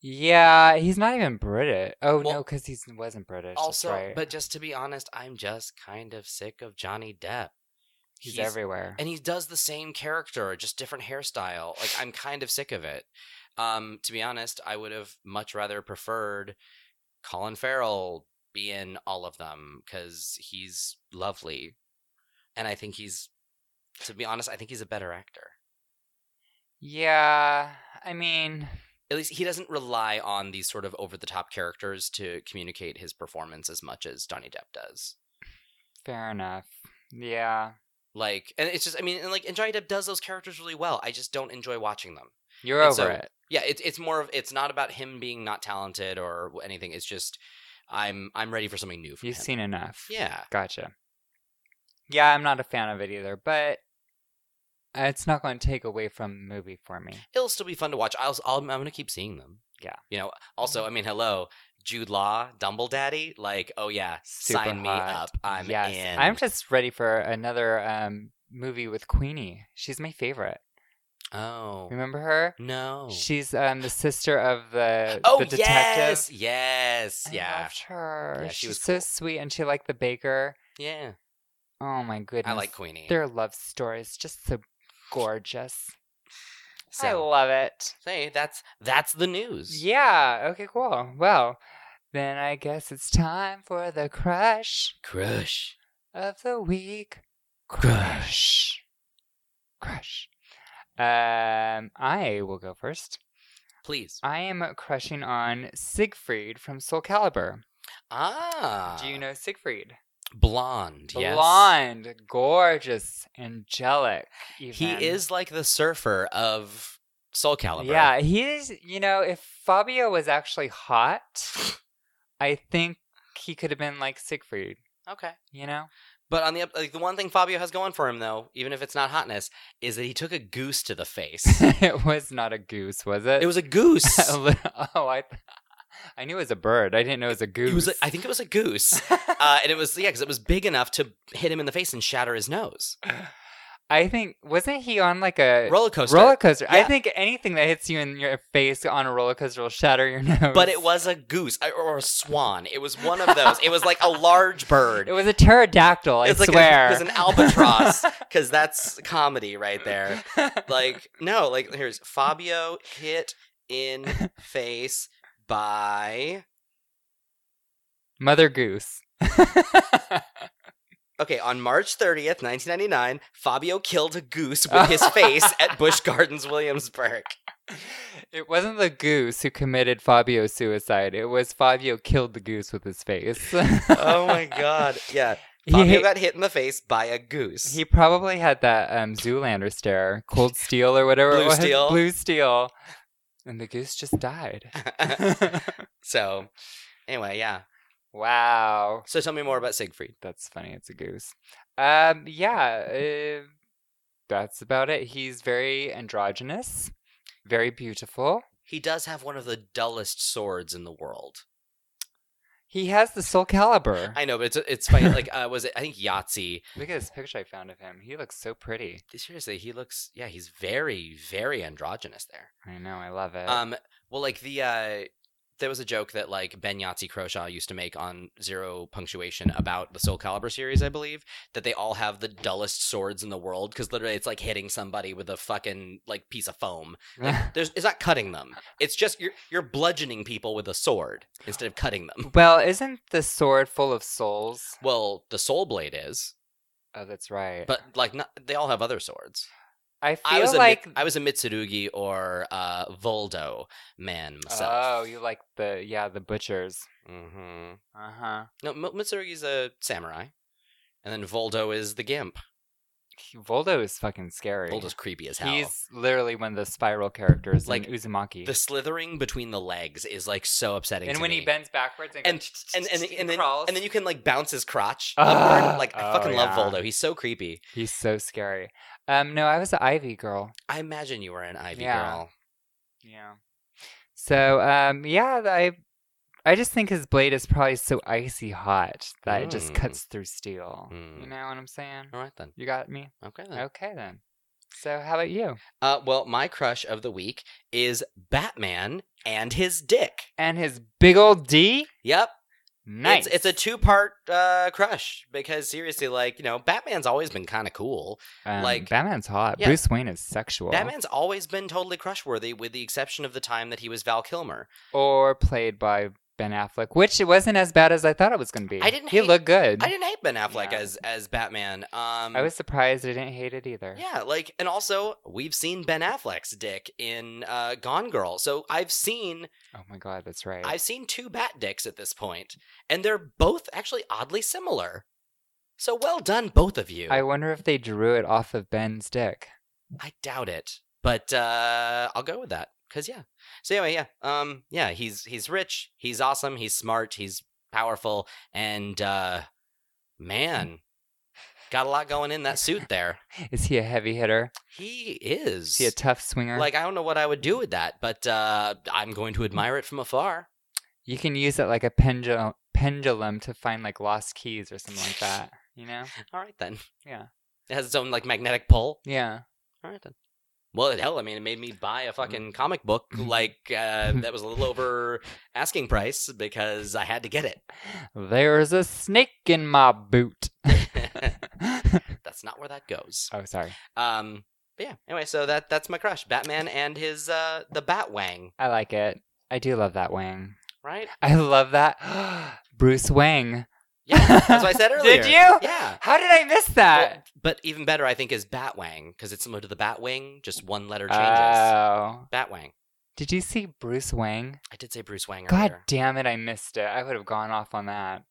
A: Yeah, he's not even British. Oh no,
B: Well-
A: 'cause no, because he wasn't British. that's
B: also,
A: right.
B: but just to be honest, I'm just kind of sick of Johnny Depp.
A: he's,
B: everywhere.
A: everywhere.
B: and he does the same character just different hairstyle like i'm kind of sick of it um to be honest i would have much rather preferred colin farrell be in all of them because he's lovely and i think he's to be honest i think he's a better actor
A: yeah, I mean,
B: at least he doesn't rely on these sort of over-the-top characters to communicate his performance as much as johnny depp does
A: fair enough. Yeah,
B: like and it's just i mean and like and johnny depp does those characters really well i just don't enjoy watching them
A: you're
B: And
A: over
B: so-
A: it.
B: yeah it's it's more of it's not about him being not talented or anything it's just i'm i'm ready for something new from
A: You've
B: him.
A: seen enough.
B: yeah
A: Gotcha. Yeah, I'm not a fan of it either, but it's not going to take away from the movie for me.
B: it'll still be fun to watch i'll, I'll i'm gonna keep seeing them
A: Yeah. Mm-hmm.
B: you know also i mean hello jude law dumble daddy like oh yeah
A: Super
B: sign me
A: hot.
B: up i'm
A: yes,
B: in
A: I'm just ready for another um, movie with Queenie. She's my favorite.
B: oh
A: Remember her?
B: no
A: She's um, the sister of the
B: oh
A: the detective.
B: yes yes
A: I
B: yeah
A: loved her.
B: Yeah, she
A: she was
B: was
A: so
B: cool.
A: sweet, and she liked the baker.
B: yeah
A: Oh my goodness!
B: i like queenie
A: their love story is just so gorgeous. I
B: so
A: love it.
B: say that's that's the news
A: Yeah. Okay. Cool. Well, then I guess it's time for the crush
B: crush
A: of the week.
B: Crush.
A: Crush. Um, I will go first.
B: please
A: I am crushing on Siegfried from Soul Calibur.
B: Ah.
A: Do you know Siegfried?
B: Blonde, yes.
A: Blonde, gorgeous, angelic. Even.
B: He is like the surfer of Soul Calibur.
A: Yeah, he is. You know, if Fabio was actually hot, I think he could have been like Siegfried.
B: Okay.
A: You know,
B: But on the up- like the one thing Fabio has going for him though, even if it's not hotness, is that he took a goose to the face.
A: *laughs* it was not a goose, was it?
B: it was a goose.
A: *laughs* A
B: it
A: li- oh, I, *laughs* I knew it was a bird. I didn't know it was a goose.
B: was a, I think it was a goose.
A: *laughs*
B: Uh, and it was yeah, because it was big enough to hit him in the face and shatter his nose.
A: I think wasn't he on like a roller
B: Roller coaster.
A: coaster? I
B: Yeah.
A: think anything that hits you in your face on a roller coaster will shatter your *laughs* nose.
B: but it was a goose I- or a swan. It was one of those. It was like
A: *laughs*
B: a large bird.
A: It was a pterodactyl. I
B: it's like a-
A: swear.
B: it was
A: *laughs*
B: an albatross because that's comedy right there. Like no, like here's Fabio hit
A: *laughs*
B: in face by
A: Mother Goose. *laughs*
B: Okay, on March 30th, 1999, Fabio killed a goose with his
A: *laughs*
B: face at Busch Gardens, Williamsburg.
A: It wasn't the goose who committed Fabio's suicide. It was Fabio killed the goose with his face. *laughs*
B: Oh my god. Yeah.
A: He,
B: Fabio
A: he,
B: got hit in the face by a goose.
A: he *laughs* probably had that um, Zoolander stare, cold steel or whatever
B: Blue
A: it was.
B: steel.
A: Blue steel. And the goose just died.
B: *laughs* so, anyway, yeah.
A: wow.
B: So tell me more about Siegfried.
A: That's funny. It's a goose. Um, yeah, uh, that's about it. He's very androgynous, very beautiful.
B: He does have one of the dullest swords in the world.
A: He has the Soul caliber.
B: I know, but it's it's funny. Like,
A: *laughs*
B: uh, was it? I think Yahtzee.
A: Look at this picture I found of him. He looks so pretty.
B: Seriously, he looks. Yeah, he's very, very androgynous there.
A: I know. I love it.
B: Um, well, like the uh, there was a joke that like Ben Yahtzee Croshaw used to make on Zero Punctuation about the Soul Calibur series, I believe, that they all have the dullest swords in the world because literally it's like hitting somebody with a fucking like piece of foam. There's it's not cutting them. It's just you're you're bludgeoning people with a sword instead of cutting them.
A: *laughs* well, isn't the sword full of souls?
B: Well, the Soul Blade is,
A: Oh, that's right.
B: but like not, they all have other swords.
A: I feel
B: I was a Mi-
A: like.
B: I was a Mitsurugi or uh, Voldo man
A: oh,
B: myself.
A: you like the yeah the butchers.
B: hmm
A: Uh huh.
B: No, M- Mitsurugi's a samurai, and then Voldo is the gimp.
A: Voldo is fucking scary.
B: Voldo's creepy as hell.
A: He's literally one of the spiral characters, like
B: Like,
A: in Uzumaki.
B: The slithering between the legs is like so upsetting.
A: and
B: to
A: when
B: me.
A: he bends backwards and
B: and and and, and, then,
A: crawls,
B: and then you can like bounce his crotch.
A: Ah!
B: upward. like I
A: Oh,
B: fucking love
A: yeah.
B: Voldo. He's so creepy.
A: he's so scary. Um, no, I was an Ivy girl.
B: I imagine you were an Ivy
A: Yeah.
B: girl.
A: Yeah. So, um, yeah, th- I, I just think his blade is probably so icy hot that it just
B: Mm.
A: cuts through steel. You
B: Mm.
A: know what I'm saying?
B: All right then.
A: You got me.
B: Okay then.
A: Okay then. So, how about you?
B: Uh, well, my crush of the week is Batman and his dick.
A: And his big old D.
B: Yep.
A: Nice.
B: It's, it's a two-part uh, crush because seriously, like you know, Batman's always been kind of cool.
A: Um,
B: like-
A: Batman's hot.
B: Yeah.
A: Bruce Wayne is sexual.
B: Batman's always been totally crush worthy, with the exception of the time that he was Val Kilmer.
A: or played by Ben Affleck, which it wasn't as bad as I thought it was going to be.
B: I didn't
A: He
B: hate-
A: looked good.
B: I didn't hate Ben Affleck
A: Yeah.
B: as as Batman. Um,
A: I was surprised I didn't hate it either.
B: yeah, like, and also we've seen Ben Affleck's dick in uh, Gone Girl, so I've seen
A: Oh my god, that's right.
B: I've seen two Bat dicks at this point, and they're both actually oddly similar. So well done, both of you.
A: I wonder if they drew it off of Ben's dick.
B: I doubt it, but uh, I'll go with that because yeah. So anyway, yeah, um, yeah, he's he's rich, he's awesome, he's smart, he's powerful, and uh,
A: Hmm.
B: man, got a lot going in that
A: *laughs*
B: suit there.
A: Is he a heavy hitter?
B: He
A: Is
B: is.
A: he a tough swinger?
B: like I don't know what I would do with that, but uh, I'm going
A: Hmm.
B: to admire it from afar.
A: you can use it like a pendulum pendulum to find like lost keys or something like
B: *laughs*
A: that. You know?
B: All right then.
A: Yeah.
B: It has its own like magnetic pull.
A: Yeah.
B: All right then. Well, hell, I mean, it made me buy
A: Mm-hmm.
B: a fucking comic book like uh, that was
A: *laughs*
B: a little over asking price because I had to get it. *laughs*
A: There's a snake in my boot. *laughs*
B: that's not where that goes.
A: oh, sorry.
B: Um, but yeah. Anyway, so that that's my crush, Batman and his uh the Batwang,
A: I like it. I do love that wang.
B: right?
A: *laughs* I love that *gasps* Bruce Wang.
B: Yeah, that's what I said
A: *laughs*
B: earlier.
A: Did you? Uh
B: Yeah.
A: How did I miss that?
B: But even better, I think, is Batwang because it's similar to the Batwing, just one letter changes.
A: Oh,
B: Batwang.
A: Did you see Bruce Wang?
B: I did say Bruce Wang
A: God
B: earlier.
A: damn it, I missed it. I would have gone off on that.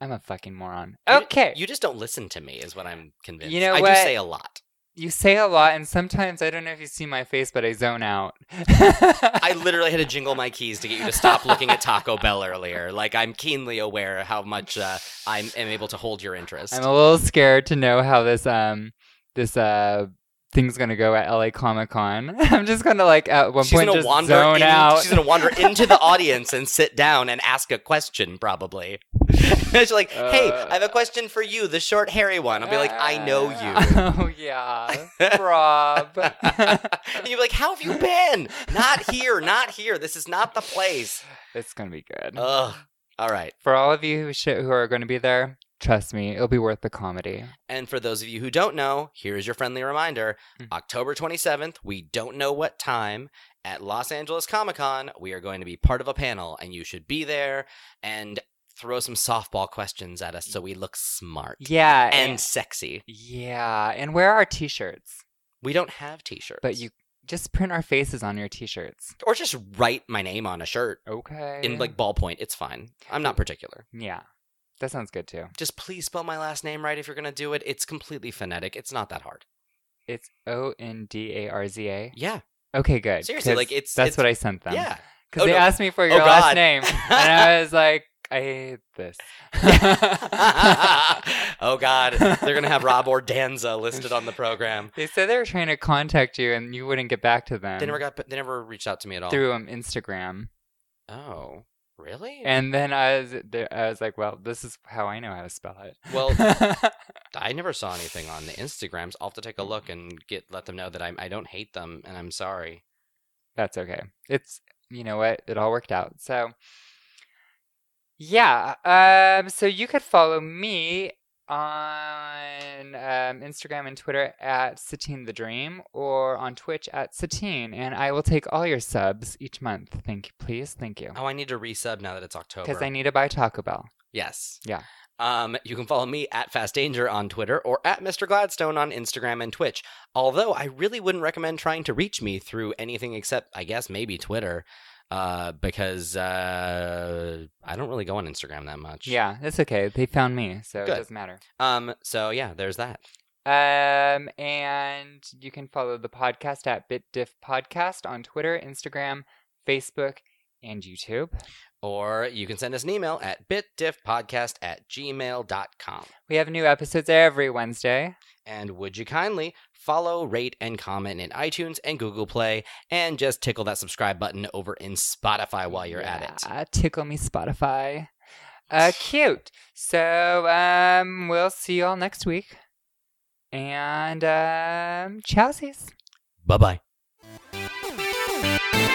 A: I'm a fucking moron.
B: You-
A: Okay.
B: You just don't listen to me, is what I'm convinced.
A: You know
B: I
A: what?
B: do say a lot.
A: You say a lot, and sometimes I don't know if you see my face, but I zone out.
B: I literally had to jingle my keys to get you to stop looking at Taco Bell earlier. Like I'm keenly aware how much uh, I'm am able to hold your
A: *laughs*
B: interest.
A: I'm a little scared to know how this um this uh thing's gonna go at LA Comic Con. *laughs* I'm just gonna like at one
B: she's
A: point
B: gonna
A: just
B: wander.
A: zone
B: in-
A: out.
B: She's gonna wander into the audience and sit down and ask a question, probably. *laughs* she's like, "Hey,
A: Uh.
B: I have a question for you, the short hairy one." I'll be like, "I know you."
A: *laughs* Oh yeah,
B: *laughs*
A: Rob.
B: and you're like, "How have you been? Not here, not here. This is not the place."
A: it's gonna be good.
B: Ugh. All right.
A: For all of you who sh- who are gonna be there, trust me, it'll be worth the comedy.
B: And for those of you who don't know, here's your friendly reminder
A: Mm.
B: October 27th, we don't know what time, at Los Angeles Comic Con, we are going to be part of a panel, and you should be there and throw some softball questions at us so we look smart
A: Yeah,
B: and sexy.
A: yeah, and wear our t-shirts,
B: We don't have t shirts.
A: but you just print our faces on your t-shirts.
B: Or just write my name on a shirt
A: Okay.
B: in like ballpoint. It's fine. I'm not particular.
A: yeah, that sounds good too.
B: Just please spell my last name right if you're going to do it. It's completely phonetic, it's not that hard.
A: It's O N D A R Z A.
B: Yeah.
A: Okay, good.
B: Seriously,
A: 'cause
B: like, it's-
A: that's
B: it's-
A: what I sent them.
B: Yeah.
A: because
B: Oh,
A: they
B: no.
A: asked me for your
B: God.
A: last name, and
B: *laughs*
A: I was like, I hate this.
B: *laughs* oh God, they're gonna have Rob Ordanza listed on the program.
A: they said they were trying to contact you, and you wouldn't get back to them.
B: They never got. They never reached out to me at all.
A: through um, Instagram,
B: Oh, really?
A: and then I was, there, I was like, well, this is how I know how to spell it.
B: well, I never saw anything on the Instagrams. I'll have to take a look and get let them know that I'm. I don't hate them, and I'm sorry.
A: *laughs* That's okay. It's you know what? It all worked out. So yeah. Um so you could follow me on um, Instagram and Twitter at Satine the Dream or on Twitch at Satine and I will take all your subs each month. Thank you, please. Thank you.
B: Oh, I need to resub now that it's October.
A: Because I need to buy Taco Bell.
B: Yes.
A: Yeah.
B: Um, you can follow me at Fast Danger on Twitter or at Mr. Gladstone on Instagram and Twitch. Although I really wouldn't recommend trying to reach me through anything except, I guess, maybe Twitter, uh, because uh, I don't really go on Instagram that much.
A: Yeah, that's okay. They found me, so
B: Good.
A: it doesn't matter.
B: Um. So yeah, there's that.
A: Um, and you can follow the podcast at BitDiff Podcast on Twitter, Instagram, Facebook, and YouTube.
B: Or you can send us an email at bitdiffpodcast at gmail.com.
A: We have new episodes every Wednesday.
B: And would you kindly follow, rate, and comment in iTunes and Google Play, and just tickle that subscribe button over in Spotify while you're at it.
A: Yeah, Tickle me, Spotify. Uh, cute. So, um, we'll see you all next week. And, um, chowsies.
B: Bye bye.
C: Thank you.